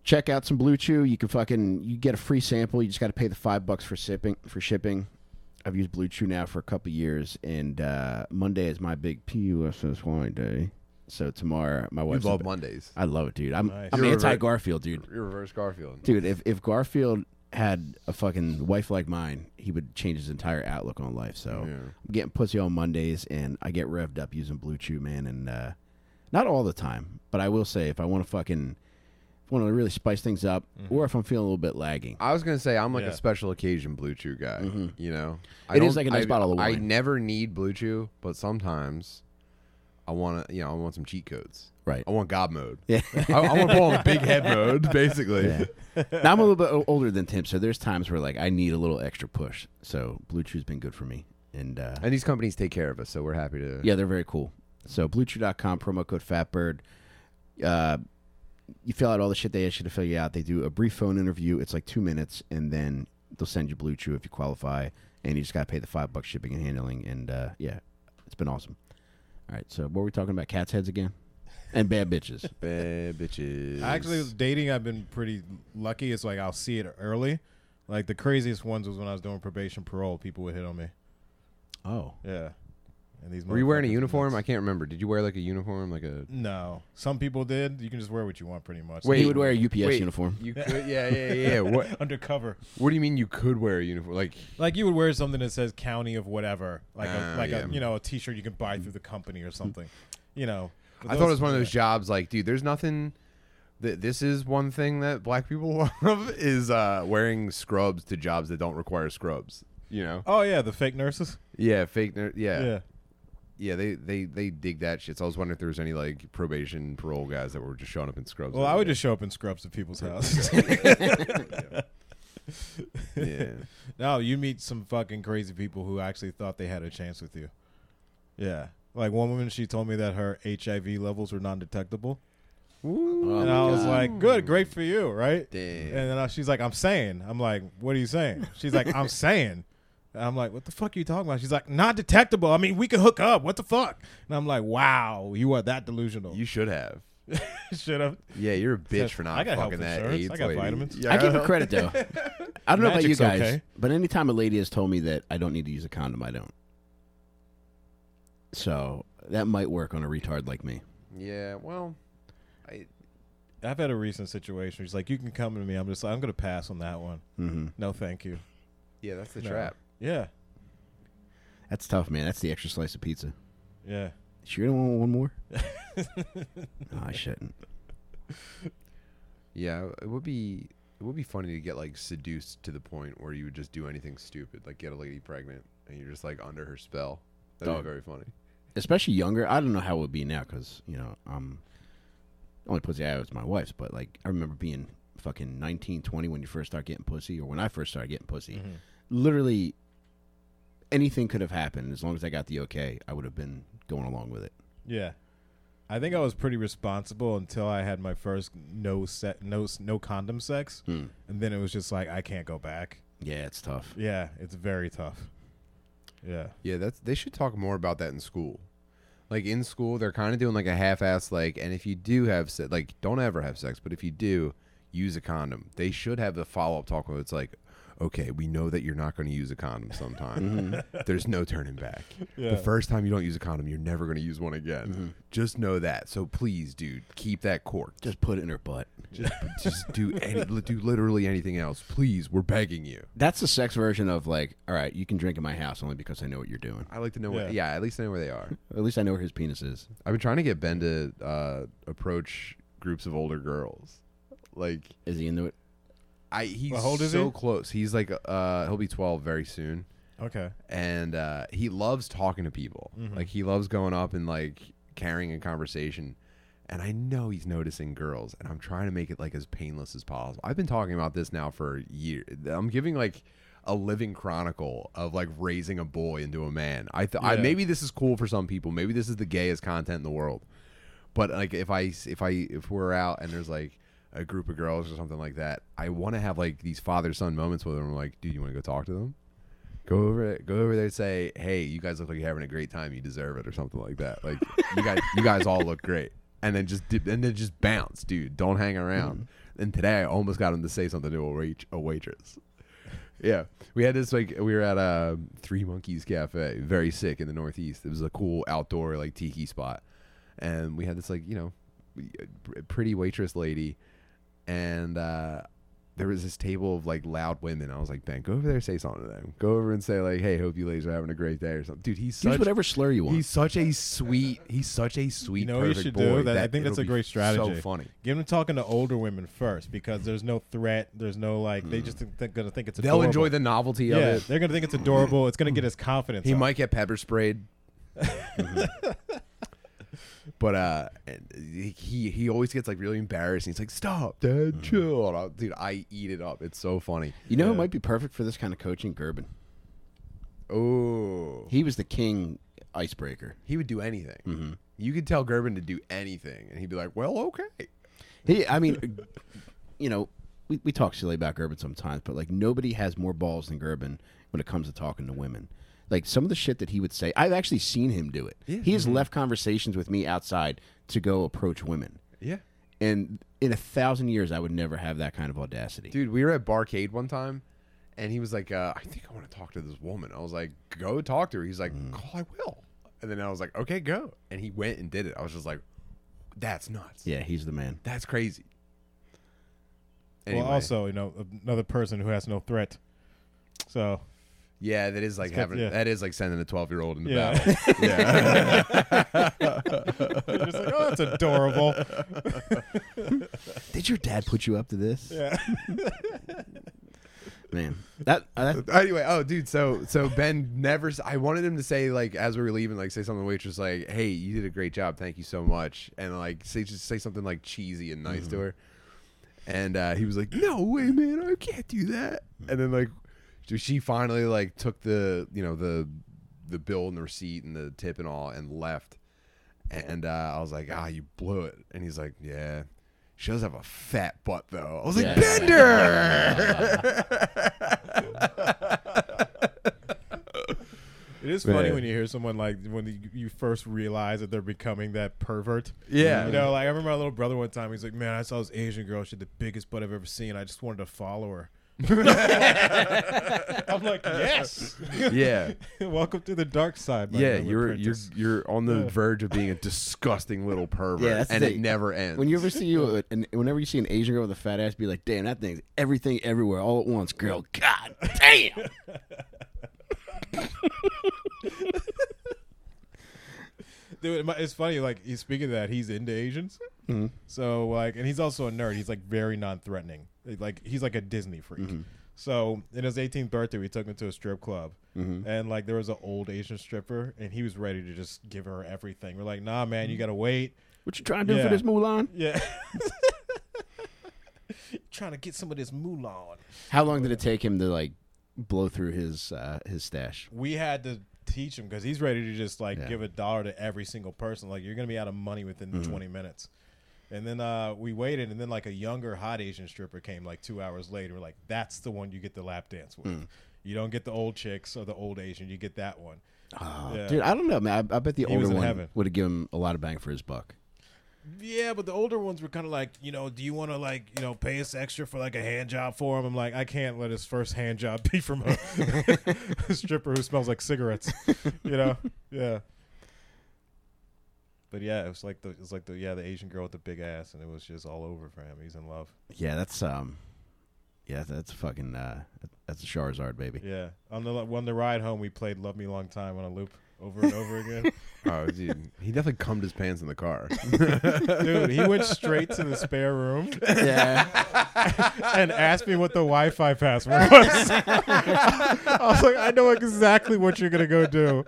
Speaker 2: Check out some Blue Chew. You can fucking you get a free sample. You just got to pay the five bucks for shipping. For shipping, I've used Blue Chew now for a couple years, and uh, Monday is my big PUSSY day. So tomorrow, my
Speaker 1: We
Speaker 2: wife's
Speaker 1: love Mondays.
Speaker 2: I love it, dude. I'm
Speaker 3: Nice.
Speaker 2: I'm
Speaker 1: You're a
Speaker 2: anti
Speaker 1: ver-
Speaker 2: Garfield, dude.
Speaker 1: You're reverse Garfield.
Speaker 2: Dude, if if Garfield had a fucking wife like mine, he would change his entire outlook on life. So
Speaker 1: Yeah.
Speaker 2: I'm getting pussy on Mondays, and I get revved up using Blue Chew, man. And uh, not all the time, but I will say if I want to fucking want to really spice things up, or if I'm feeling a little bit lagging,
Speaker 1: I was gonna say I'm like
Speaker 3: Yeah.
Speaker 1: a special occasion Blue Chew guy. You know, I
Speaker 2: Mm-hmm. It is
Speaker 1: don't-
Speaker 2: like a nice
Speaker 1: I-
Speaker 2: bottle of
Speaker 1: I
Speaker 2: wine.
Speaker 1: never need Blue Chew, but sometimes I want to. You know, I want some cheat codes.
Speaker 2: Right.
Speaker 1: I want God mode.
Speaker 2: Yeah.
Speaker 1: I, I want to pull on big head mode, basically.
Speaker 2: Yeah. now I'm a little bit o- older than Tim, so there's times where like I need a little extra push. So Blue Chew's been good for me, and uh,
Speaker 1: And these companies take care of us, so we're happy to.
Speaker 2: yeah, they're very cool. So BlueChew.com promo code Fatbird. Uh, you fill out all the shit they ask you to fill you out. They do a brief phone interview. It's like two minutes, and then they'll send you Blue Chew if you qualify, and you just gotta pay the five bucks shipping and handling. And uh, yeah, it's been awesome. All right, so what were we talking about? Cats heads again, and bad bitches.
Speaker 1: Bad bitches.
Speaker 3: Actually, with dating, I've been pretty lucky. It's like I'll see it early. Like the craziest ones was when I was doing probation parole. People would hit on me.
Speaker 2: Oh,
Speaker 3: Yeah. And these
Speaker 1: were you wearing a
Speaker 3: motherfuckers were
Speaker 1: uniform? I
Speaker 3: nuts.
Speaker 1: can't remember. Did you wear like a uniform, like a?
Speaker 3: No. Some people did. You can just wear what you want, pretty much.
Speaker 1: Wait,
Speaker 2: he would wear a UPS
Speaker 1: wait,
Speaker 2: uniform.
Speaker 1: You could, yeah, yeah, yeah. What?
Speaker 3: undercover.
Speaker 1: What do you mean you could wear a uniform? Like,
Speaker 3: Like you would wear something that says county of whatever, like
Speaker 1: Ah,
Speaker 3: a, like
Speaker 1: yeah.
Speaker 3: a you know a T-shirt you can buy through the company or something. You know. But
Speaker 1: I
Speaker 3: those-
Speaker 1: thought it was one of those
Speaker 3: yeah.
Speaker 1: jobs. Like, dude, there's nothing. Th- this is one thing that black people love is uh, wearing scrubs to jobs that don't require scrubs. You know?
Speaker 3: Oh yeah, the fake nurses.
Speaker 1: Yeah, fake. Ner- yeah, yeah,
Speaker 3: Yeah.
Speaker 1: They they they dig that shit. So I was wondering if there was any like probation parole guys that were just showing up in scrubs.
Speaker 3: Well, I would
Speaker 1: every
Speaker 3: just show up in scrubs to people's houses.
Speaker 1: day. Yeah.
Speaker 3: No, you meet some fucking crazy people who actually thought they had a chance with you. Yeah. Like one woman, she told me that her HIV levels were non detectable.
Speaker 1: Woo.
Speaker 3: and I was like, good, great for you, right?
Speaker 1: Damn.
Speaker 3: And then I, she's like, I'm saying. I'm like, what are you saying? She's like, I'm saying. And I'm like, what the fuck are you talking about? She's like, not detectable. I mean, we can hook up. What the fuck? And I'm like, wow, you are that delusional.
Speaker 1: You should have.
Speaker 3: should have.
Speaker 1: Yeah, you're a bitch for not
Speaker 3: I got health
Speaker 1: fucking that
Speaker 3: insurance.
Speaker 1: AIDS
Speaker 3: I got
Speaker 1: lady.
Speaker 3: vitamins.
Speaker 1: Yeah.
Speaker 2: I give her credit though. I don't know about you
Speaker 3: Magic's
Speaker 2: guys,
Speaker 3: okay.
Speaker 2: but anytime a lady has told me that I don't need to use a condom, I don't. So that might work on a retard like me.
Speaker 1: Yeah. Well, I,
Speaker 3: I've had a recent situation. She's like, you can come to me. I'm just like, I'm going to pass on that one.
Speaker 2: hmm
Speaker 3: No, thank you.
Speaker 1: yeah, that's the
Speaker 3: No.
Speaker 1: trap.
Speaker 3: Yeah.
Speaker 2: That's tough, man. That's the extra slice of pizza.
Speaker 3: Yeah.
Speaker 2: Sure, you don't want one more? no, I shouldn't.
Speaker 1: Yeah, it would be it would be funny to get like seduced to the point where you would just do anything stupid, like get a lady pregnant, and you're just like under her spell. That'd
Speaker 2: Dog.
Speaker 1: be very funny.
Speaker 2: Especially younger. I don't know how it would be now because you know I'm only pussy I have is my wife's. But like I remember being fucking 19, 20 when you first start getting pussy, or when I first started getting
Speaker 3: Mm-hmm.
Speaker 2: pussy.
Speaker 1: Mm-hmm.
Speaker 2: Literally anything could have happened as long as I got the okay. I would have been going along with it.
Speaker 3: Yeah. I think I was pretty responsible until I had my first no set no s- no condom sex
Speaker 1: Hmm.
Speaker 2: Mm.
Speaker 3: and then it was just like I can't go back.
Speaker 2: Yeah, it's tough.
Speaker 3: Yeah, it's very tough. Yeah.
Speaker 1: Yeah, that's they should talk more about that in school. Like in school, they're kind of doing like a half-ass like, and if you do have se- like, don't ever have sex, but if you do, use a condom. They should have the follow-up talk where it's like, okay, we know that you're not going to use a condom sometime. There's no turning back.
Speaker 3: Yeah.
Speaker 1: The first time you don't use a condom, you're never going to use one again.
Speaker 2: Mm-hmm.
Speaker 1: Just know that. So please, dude, keep that cork.
Speaker 2: Just put it in her butt.
Speaker 1: Just, just do any, li- do literally anything else, please. We're begging you.
Speaker 2: That's the sex version of like, all right, you can drink in my house only because I know what you're doing.
Speaker 1: I like to know where.
Speaker 3: Yeah.
Speaker 1: Yeah, at least I know where they are.
Speaker 2: At least I know where his penis is.
Speaker 1: I've been trying to get Ben to uh, approach groups of older girls. Like
Speaker 2: Is he into it?
Speaker 1: I, he's
Speaker 3: How old is
Speaker 1: so
Speaker 3: he?
Speaker 1: close. He's like, uh, he'll be twelve very soon,
Speaker 3: Okay.
Speaker 1: and uh, he loves talking to people. Like he loves going up and like carrying a conversation. And I know he's noticing girls, and I'm trying to make it like as painless as possible. I've been talking about this now for a year. I'm giving like a living chronicle of like raising a boy into a man. I, th- I
Speaker 3: Yeah.
Speaker 1: maybe this is cool for some people. Maybe this is the gayest content in the world. But like if I if I if we're out and there's like a group of girls or something like that, I want to have like these father son moments with them. I'm like, dude, you want to go talk to them? Go over go over there and say, hey, you guys look like you're having a great time. You deserve it or something like that. Like you guys you guys all look great. And then just dip, and then just bounce, dude. Don't hang around. And today I almost got him to say something to a, wait- a waitress. Yeah, we had this like we were at a Three Monkeys Cafe, very sick in the Northeast. It was a cool outdoor like tiki spot, and we had this like you know, pr- pretty waitress lady, and uh, there was this table of like loud women. I was like, Ben, go over there, and say something to them. Go over and say like, Hey, hope you ladies are having a great day or something. Dude, he's
Speaker 2: Use
Speaker 1: such
Speaker 2: whatever slur you want.
Speaker 1: he's such a sweet he's such a sweet.
Speaker 3: You know what you
Speaker 1: perfect
Speaker 3: should
Speaker 1: boy
Speaker 3: do? That, I think that's
Speaker 1: it'll
Speaker 3: a
Speaker 1: be
Speaker 3: great strategy.
Speaker 1: So funny.
Speaker 3: Get them talking to older women first because there's no threat. There's no like they just think, think, gonna think it's.
Speaker 1: Mm. They'll
Speaker 3: adorable.
Speaker 1: enjoy the novelty
Speaker 3: Yeah,
Speaker 1: of it. Mm.
Speaker 3: they're gonna think it's adorable. It's gonna get his confidence.
Speaker 1: He
Speaker 3: up.
Speaker 1: might get pepper sprayed. but uh he he always gets like really embarrassed. He's like, "Stop, Dad, chill." And I- dude, I eat it up. It's so funny.
Speaker 2: you know who might be perfect for this kind of coaching? Gerben.
Speaker 1: Oh,
Speaker 2: He was the king icebreaker.
Speaker 1: he would do anything. You could tell Gerben to do anything, and he'd be like, "Well, okay."
Speaker 2: He, I mean, you know, we, we talk silly about Gerben sometimes, but like nobody has more balls than Gerben when it comes to talking to women. Like some of the shit that he would say, I've actually seen him do it. He has left conversations with me outside to go approach women,
Speaker 1: Yeah,
Speaker 2: and in a thousand years, I would never have that kind of audacity.
Speaker 1: dude, we were at Barcade one time, and he was like, uh, "I think I want to talk to this woman." I was like, "Go talk to her." He's like, "Oh, I will." And then I was like, "Okay, go." And he went and did it. I was just like, "That's nuts.
Speaker 2: Yeah, he's the man.
Speaker 1: That's crazy."
Speaker 3: Well,
Speaker 1: Anyway.
Speaker 3: also you know another person who has no threat. So
Speaker 1: Yeah, that is like
Speaker 3: It's got-
Speaker 1: having
Speaker 3: yeah.
Speaker 1: that is like sending a twelve year old into
Speaker 3: Yeah.
Speaker 1: battle. yeah.
Speaker 3: you're just like, oh, that's adorable.
Speaker 2: Did your dad put you up to this?
Speaker 3: Yeah.
Speaker 2: Man, that, uh, that
Speaker 1: anyway, oh dude, so so Ben never. s- I wanted him to say like as we were leaving, like say something to the waitress like, "Hey, you did a great job. Thank you so much," and like say just say something like cheesy and nice to her. And uh, he was like, "No way, man, I can't do that." And then like, so she finally like took the you know the the bill and the receipt and the tip and all and left. And uh, I was like, "Ah, you blew it." And he's like, "Yeah." She does have a fat butt though. I was like,
Speaker 2: Yeah.
Speaker 1: Bender.
Speaker 3: It is funny
Speaker 1: Man.
Speaker 3: when you hear someone like when you, you first realize that they're becoming that pervert.
Speaker 1: Yeah.
Speaker 3: You know, like I remember my little brother one time. He's like, "Man, I saw this Asian girl. She had the biggest butt I've ever seen. I just wanted to follow her." I'm like, "Yes,
Speaker 1: yeah.
Speaker 3: welcome to the dark side." My
Speaker 1: Yeah,
Speaker 3: young
Speaker 1: you're you're
Speaker 3: apprentice."
Speaker 1: you're on the verge of being a disgusting little pervert,
Speaker 2: Yeah, that's the
Speaker 1: and it
Speaker 2: thing.
Speaker 1: never ends.
Speaker 2: when you ever see you, and whenever you see an Asian girl with a fat ass, be like, damn, that thing's everything, everywhere, all at once, girl. God damn.
Speaker 3: Dude, my- it's funny. Like he's speaking of that he's into Asians. So like, and he's also a nerd. He's like very non-threatening. Like he's like a Disney freak. So in his 18th birthday, we took him to a strip club, and like there was an old Asian stripper, and he was ready to just give her everything. We're like, nah, man, you gotta wait.
Speaker 2: What you trying to do
Speaker 3: Yeah.
Speaker 2: for this Mulan?
Speaker 3: Yeah. Trying to get some of this Mulan.
Speaker 2: How long did it take him to like blow through his uh, his stash?
Speaker 3: We had to teach him because he's ready to just like
Speaker 2: Yeah.
Speaker 3: give a dollar to every single person. Like you're gonna be out of money within
Speaker 2: Mm-hmm.
Speaker 3: 20 minutes. And then uh, we waited, and then like a younger hot Asian stripper came like two hours later. We're like, that's the one you get the lap dance with.
Speaker 2: Mm.
Speaker 3: You don't get the old chicks or the old Asian. You get that one.
Speaker 2: Oh,
Speaker 3: Yeah.
Speaker 2: Dude, I don't know, man. I, I bet the
Speaker 3: He was
Speaker 2: older
Speaker 3: in
Speaker 2: one
Speaker 3: heaven.
Speaker 2: would have given him a lot of bang for his buck.
Speaker 3: Yeah, but the older ones were kind of like, you know, do you want to like, you know, pay us extra for like a hand job for him? I'm like, I can't let his first hand job be from a, a stripper who smells like cigarettes. You know, yeah. But yeah, it was like the it was like the yeah the Asian girl with the big ass, and it was just all over for him. He's in love.
Speaker 2: Yeah, that's um, yeah, that's fucking uh, that's a Charizard baby.
Speaker 3: Yeah, on the on the ride home, we played "Love Me Long Time" on a loop over and over again.
Speaker 1: oh, dude, he definitely cummed his pants in the car.
Speaker 3: Dude, he went straight to the spare room
Speaker 2: Yeah,
Speaker 3: and asked me what the Wi-Fi password was. I was like, I know exactly what you're gonna go do.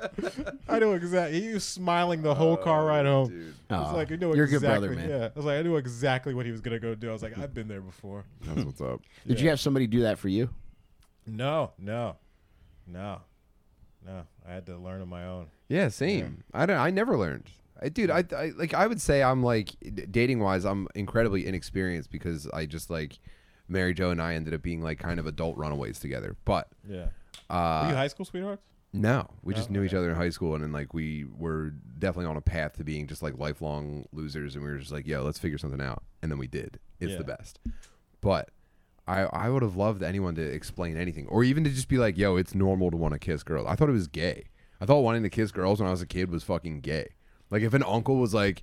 Speaker 3: I know exactly. He was smiling the whole car ride home.
Speaker 1: Oh, Dude.
Speaker 3: I was
Speaker 2: Aw,
Speaker 3: like, I know
Speaker 2: you're a good
Speaker 3: exactly.
Speaker 2: brother, man.
Speaker 3: Yeah, I was like, I knew exactly what he was gonna go do. I was like, I've been there before.
Speaker 1: That's what's up.
Speaker 2: Did you have somebody do that for you?
Speaker 3: No, no, no, no. I had to learn on my own.
Speaker 1: Yeah, same. I don't. I never learned. I, dude, I, I like. I would say I'm like dating wise, I'm incredibly inexperienced because I just like Mary Jo and I ended up being like kind of adult runaways together. But
Speaker 3: Yeah. Were
Speaker 1: uh,
Speaker 3: you high school sweethearts?
Speaker 1: no, we just
Speaker 3: Oh,
Speaker 1: knew
Speaker 3: okay.
Speaker 1: each other in high school, and then like we were definitely on a path to being just like lifelong losers, and we were just like, yo, let's figure something out, and then we did. It's
Speaker 3: Yeah.
Speaker 1: the best. But I I would have loved anyone to explain anything, or even to just be like, yo, it's normal to want to kiss girls. I thought it was gay. I thought wanting to kiss girls when I was a kid was fucking gay. Like if an uncle was like.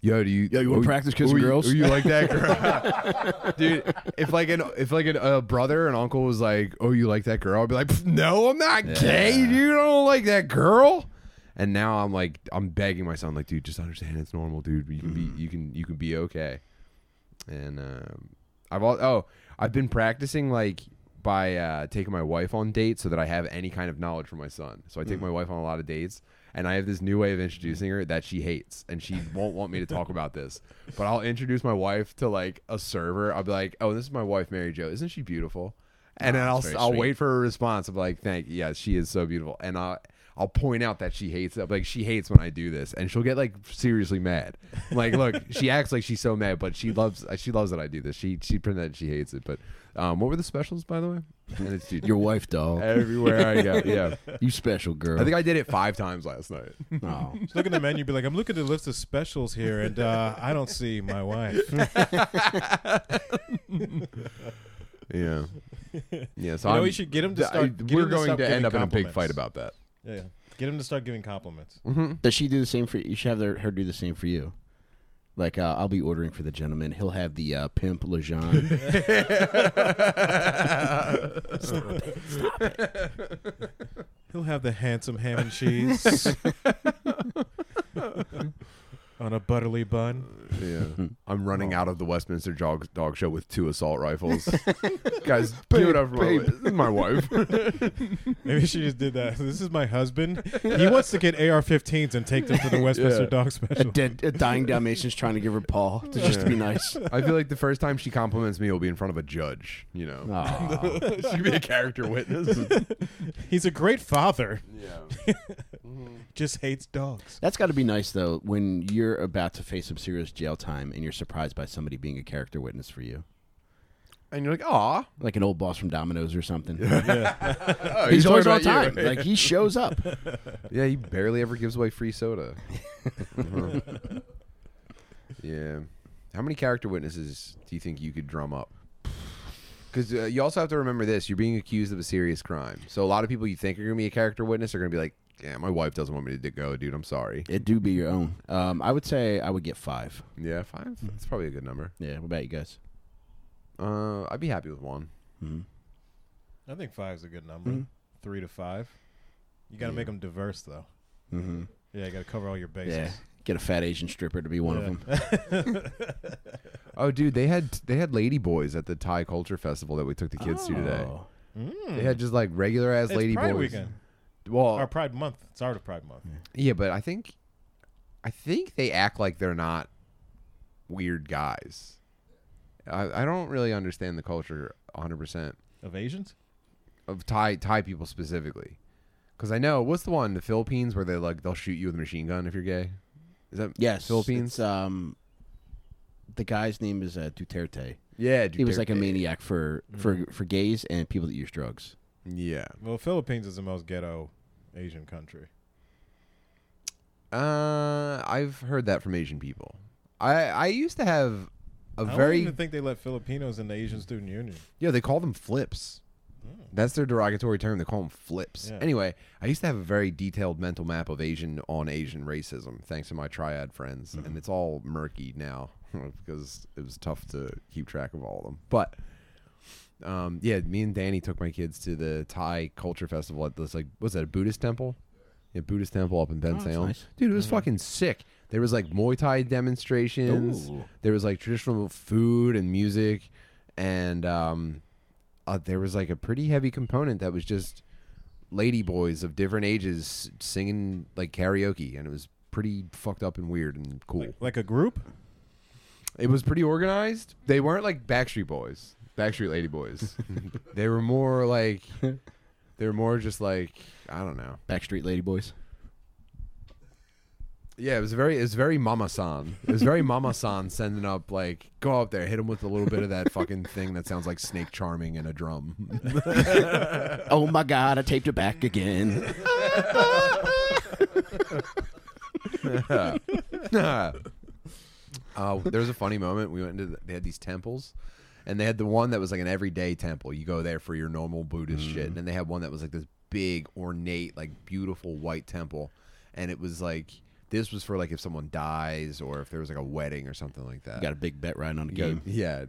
Speaker 1: yo, do you?
Speaker 2: Yo, you wanna
Speaker 1: ooh,
Speaker 2: practice kissing
Speaker 1: ooh, you-
Speaker 2: girls?
Speaker 1: ooh, you like that girl, dude? If like an if like an, a brother and uncle was like, oh, you like that girl? I'd be like, "Pff, no, I'm not gay. You don't like that girl. And now I'm like, I'm begging my son, like, dude, just understand it's normal, dude. You can be,
Speaker 2: Mm-hmm.
Speaker 1: you can, you can be okay. And um, I've all, oh, I've been practicing like by uh, taking my wife on dates so that I have any kind of knowledge for my son. So I
Speaker 2: Hmm.
Speaker 1: take my wife on a lot of dates, and I have this new way of introducing her that she hates, and she won't want me to talk about this. But I'll introduce my wife to like a server. I'll be like, "Oh, this is my wife, Mary Jo. Isn't she beautiful?" And then I'll
Speaker 2: very
Speaker 1: I'll
Speaker 2: sweet.
Speaker 1: wait for her response. I'm like, "Thank yeah, she is so beautiful," and I'll. I'll point out that she hates it. Like she hates when I do this, and she'll get like seriously mad. I'm like, look, she acts like she's so mad, but she loves uh, she loves that I do this. She she pretends that she hates it. But um, what were the specials, by the way? And it's dude,
Speaker 2: Your wife, dog.
Speaker 1: everywhere I go. Yeah,
Speaker 2: You special girl.
Speaker 1: I think I did it five times last night.
Speaker 2: oh.
Speaker 3: Just look at the menu, be like, I'm looking at the list of specials here, and uh, I don't see my wife.
Speaker 1: Yeah, yeah. So
Speaker 3: You know,
Speaker 1: I'm-
Speaker 3: we should get him to
Speaker 1: I-
Speaker 3: start- get
Speaker 1: we're
Speaker 3: him to
Speaker 1: going
Speaker 3: stop
Speaker 1: to end
Speaker 3: giving
Speaker 1: up in a big
Speaker 3: compliments.
Speaker 1: fight about that.
Speaker 3: Yeah, yeah. get him to start giving compliments.
Speaker 2: Does she do the same for you? You should have their, her do the same for you. Like uh, I'll be ordering for the gentleman. He'll have the uh, pimp Lejeune.
Speaker 3: He'll have the handsome ham and cheese on a butterly bun.
Speaker 1: Yeah, I'm running out of the Westminster Dog, dog Show with two assault rifles. Guys, give it up for my, this is my wife.
Speaker 3: Maybe she just did that. This is my husband. He wants to get AR-15s and take them to the Westminster
Speaker 1: Yeah.
Speaker 3: Dog
Speaker 2: a
Speaker 3: Special.
Speaker 2: dead, a dying Dalmatian's trying to give her paw to, just to be nice.
Speaker 1: I feel like the first time she compliments me will be in front of a judge. You know,
Speaker 2: Ah. Aw.
Speaker 1: she could be a character witness.
Speaker 3: He's a great father.
Speaker 1: yeah.
Speaker 3: Just hates dogs.
Speaker 2: That's got to be nice though when you're about to face some serious jail time and you're surprised by somebody being a character witness for you,
Speaker 1: And you're like, aw.
Speaker 2: like an old boss from Domino's or something.
Speaker 1: Oh,
Speaker 2: He's
Speaker 1: talking
Speaker 2: always
Speaker 1: about
Speaker 2: on
Speaker 1: you.
Speaker 2: time. Like he shows up.
Speaker 1: Yeah, he barely ever gives away free soda. Mhm. yeah. How many character witnesses do you think you could drum up? Because uh, you also have to remember this: you're being accused of a serious crime. So a lot of people you think are going to be a character witness are going to be like, "Yeah, my wife doesn't want me to go, dude. I'm sorry."
Speaker 2: It do be your own. Um, I would say I would get five.
Speaker 1: Yeah, five.
Speaker 3: Mm-hmm.
Speaker 1: That's probably a good number.
Speaker 2: Yeah. What about you guys?
Speaker 1: Uh, I'd be happy with one.
Speaker 3: I think five's a good number.
Speaker 1: Mm-hmm.
Speaker 3: Three to five. You got to 'em make them diverse, though.
Speaker 2: Mm-hmm.
Speaker 3: Yeah, you got to cover all your bases.
Speaker 2: Yeah. Get a fat Asian stripper to be one
Speaker 3: Yeah.
Speaker 2: of them.
Speaker 1: Oh, dude, they had they had lady boys at the Thai Culture Festival that we took the kids to today.
Speaker 2: Oh.
Speaker 3: Mm.
Speaker 1: They had just like regular ass
Speaker 3: It's
Speaker 1: lady
Speaker 3: Pride
Speaker 1: boys.
Speaker 3: Weekend.
Speaker 1: Well,
Speaker 3: Or Pride Month. It's our Pride Month.
Speaker 1: Yeah, but I think I think they act like they're not weird guys. I, I don't really understand the culture 100%
Speaker 3: Of Asians?
Speaker 1: of Thai Thai people specifically. Cuz I know what's the one the Philippines where they like they'll shoot you with a machine gun if you're gay? Is that
Speaker 2: Yes,
Speaker 1: Philippines?
Speaker 2: it's, um, the guy's name is uh, Duterte.
Speaker 1: yeah,
Speaker 2: He was like a
Speaker 1: Duterte. Mm-hmm.
Speaker 2: maniac for for for gays and people that use drugs.
Speaker 1: Yeah.
Speaker 3: Well, Philippines is the most ghetto Asian country.
Speaker 1: Uh I've heard that from Asian people. I I used to have a
Speaker 3: I
Speaker 1: very
Speaker 3: don't even think they let Filipinos in the Asian Student Union.
Speaker 1: Yeah, they call them flips.
Speaker 2: Hmm.
Speaker 1: That's their derogatory term. They call them flips.
Speaker 3: Yeah.
Speaker 1: Anyway, I used to have a very detailed mental map of Asian on Asian racism, thanks to my triad friends,
Speaker 2: Mm-hmm.
Speaker 1: and it's all murky now because it was tough to keep track of all of them. But um, yeah, me and Danny took my kids to the Thai culture festival at this like was that a Buddhist temple? Yeah, Buddhist temple up in Ben
Speaker 2: Oh, that's
Speaker 1: Salem.
Speaker 2: nice. Mm-hmm.
Speaker 1: Dude, it was fucking sick. There was like Muay Thai demonstrations.
Speaker 2: Ooh.
Speaker 1: There was like traditional food and music, and um, uh, there was like a pretty heavy component that was just lady boys of different ages singing like karaoke, and it was pretty fucked up and weird and cool.
Speaker 3: Like, like a group?
Speaker 1: It was pretty organized. They weren't like Backstreet Boys, Backstreet Lady Boys. they were more like, they were more just like I don't know.
Speaker 2: Backstreet Lady Boys.
Speaker 1: Yeah, it was very, it was very Mama San. It was very Mama San sending up like, go up there, hit him with a little bit of that fucking thing that sounds like Snake Charming and a drum.
Speaker 2: oh my God! I taped it back again.
Speaker 1: uh, there was a funny moment. We went into the, they had these temples, and they had the one that was like an everyday temple. You go there for your normal Buddhist shit, and then they had one that was like this big, ornate, like beautiful white temple, and it was like This was for like if someone dies or if there was like a wedding or something like that.
Speaker 2: You got a big bet riding on the
Speaker 1: You gotta-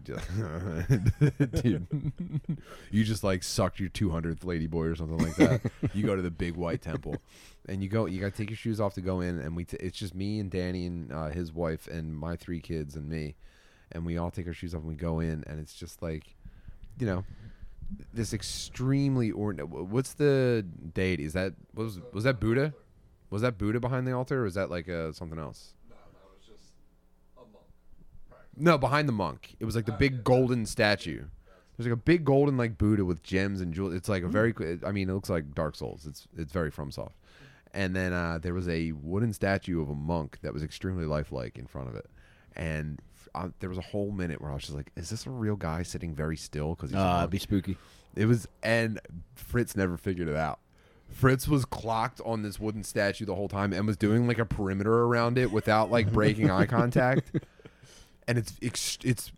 Speaker 2: game.
Speaker 1: yeah, ju- dude. you just like sucked your 200th lady boy or something like that. you go to the big white temple, and you go. You gotta take your shoes off to go in, and we. T- it's just me and Danny and uh, his wife and my three kids and me, and we all take our shoes off and we go in, and it's just like, you know, this extremely ordinary. What's the deity? Is that what was was that Buddha? Was that Buddha behind the altar, or is that like uh, something else?
Speaker 4: No, that was just a monk.
Speaker 1: No, behind the monk. It was like the big golden statue. There's like a big golden like Buddha with gems and jewels. It's like a very. I mean, it looks like Dark Souls. It's it's very FromSoft. And then uh, there was a wooden statue of a monk that was extremely lifelike in front of it. And uh, there was a whole minute where I was just like, "Is this a real guy sitting very still?" Because he's a
Speaker 2: Uh, it'd
Speaker 1: monk?
Speaker 2: be spooky.
Speaker 1: It was, and Fritz never figured it out. Fritz was clocked on this wooden statue the whole time and was doing like a perimeter around it without like breaking eye contact. And it's ex- it's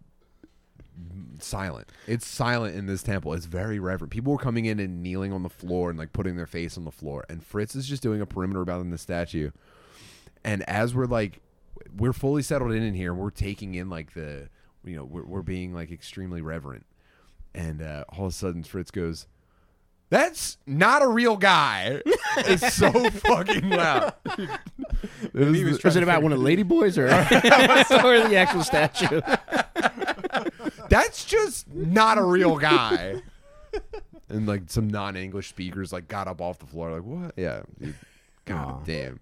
Speaker 1: silent. It's silent in this temple. It's very reverent. People were coming in and kneeling on the floor and like putting their face on the floor. And Fritz is just doing a perimeter around the statue. And as we're like, we're fully settled in in here. We're taking in like the, you know, we're, we're being like extremely reverent. And uh, all of a sudden, Fritz goes, "That's not a real guy." it's so fucking loud. It was the-
Speaker 2: Was it about one of the lady boys or, or the actual statue?
Speaker 1: that's just not a real guy. and like some non-English speakers like got up off the floor like what? Yeah, dude. God
Speaker 2: Aw.
Speaker 1: damn.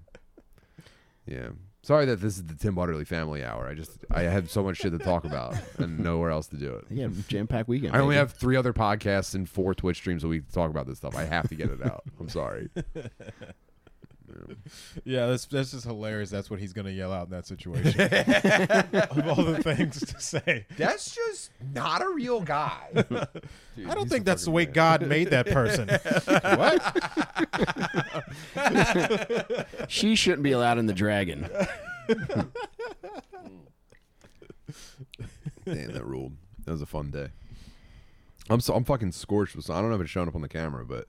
Speaker 1: Yeah. Sorry that this is the Tim Butterly Family Hour. I just I have so much shit to talk about and nowhere else to do it.
Speaker 2: Yeah, jam packed weekend.
Speaker 1: I only
Speaker 2: baby.
Speaker 1: have three other podcasts and four Twitch streams a week to talk about this stuff. I have to get it out. I'm sorry.
Speaker 3: Yeah, that's that's just hilarious. That's what he's gonna yell out in that situation. of all the things to say,
Speaker 1: That's just not a real guy.
Speaker 3: I don't think that's the way God made that person. what?
Speaker 2: She shouldn't be allowed in the dragon.
Speaker 1: Damn, that ruled. That was a fun day. I'm so I'm fucking scorched with sun. I don't know if it's showing up on the camera, but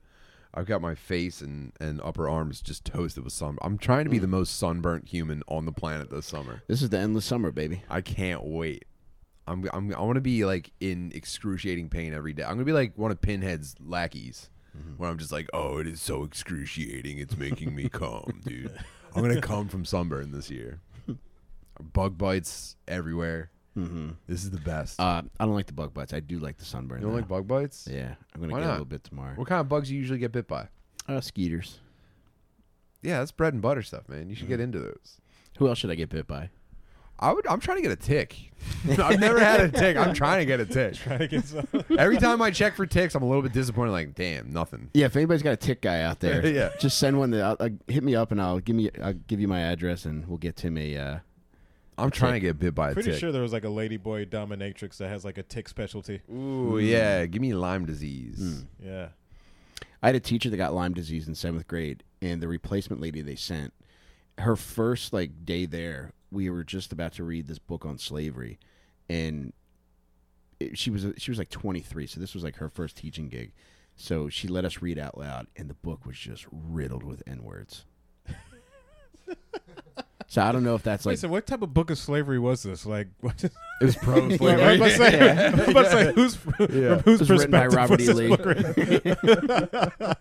Speaker 1: I've got my face and, and upper arms just toasted with sun. I'm trying to be the most sunburnt human on the planet this summer.
Speaker 2: This is the endless summer, baby.
Speaker 1: I can't wait. I'm I'm I want to be like in excruciating pain every day. I'm gonna be like one of Pinhead's lackeys, where I'm just like, oh, it is so excruciating. It's making me calm, dude. I'm gonna come from sunburn this year. Bug bites everywhere. This is the best.
Speaker 2: Uh, I don't like the bug bites. I do like the sunburn.
Speaker 1: you don't
Speaker 2: though.
Speaker 1: like bug bites?
Speaker 2: Yeah, I'm gonna
Speaker 1: Why
Speaker 2: get
Speaker 1: not?
Speaker 2: a little bit tomorrow.
Speaker 1: What kind of bugs you usually get bit by?
Speaker 2: Uh, skeeters.
Speaker 1: Yeah, that's bread and butter stuff, man. You should get into those.
Speaker 2: Who else should I get bit by?
Speaker 1: I would. I'm trying to get a tick. I've never had a tick. I'm trying to get a tick.
Speaker 3: uh,
Speaker 1: Every time I check for ticks, I'm a little bit disappointed. Like, damn, nothing.
Speaker 2: Yeah, if anybody's got a tick guy out there,
Speaker 1: Yeah.
Speaker 2: just send one. To, I'll, uh, hit me up and I'll give me. I'll give you my address and we'll get Tim a. Uh,
Speaker 1: I'm trying to get bit by a
Speaker 3: Pretty
Speaker 1: tick.
Speaker 3: sure there was like a ladyboy dominatrix that has like a tick specialty.
Speaker 1: Ooh, yeah. Give me Lyme disease.
Speaker 3: Yeah.
Speaker 2: I had a teacher that got Lyme disease in seventh grade, and the replacement lady they sent, her first like day there, we were just about to read this book on slavery, and it, she was she was like 23, so this was like her first teaching gig, so she let us read out loud, and the book was just riddled with n words. so I don't know if that's
Speaker 3: Wait,
Speaker 2: like
Speaker 3: so what type of book of slavery was this? Like, what?
Speaker 1: It was pro
Speaker 3: Yeah, I was
Speaker 1: slavery.
Speaker 3: about to say, I was about to say, who's, from whose
Speaker 2: It was written by
Speaker 3: perspective
Speaker 2: Robert
Speaker 3: was
Speaker 2: E.
Speaker 3: this
Speaker 2: Lee.
Speaker 3: book written?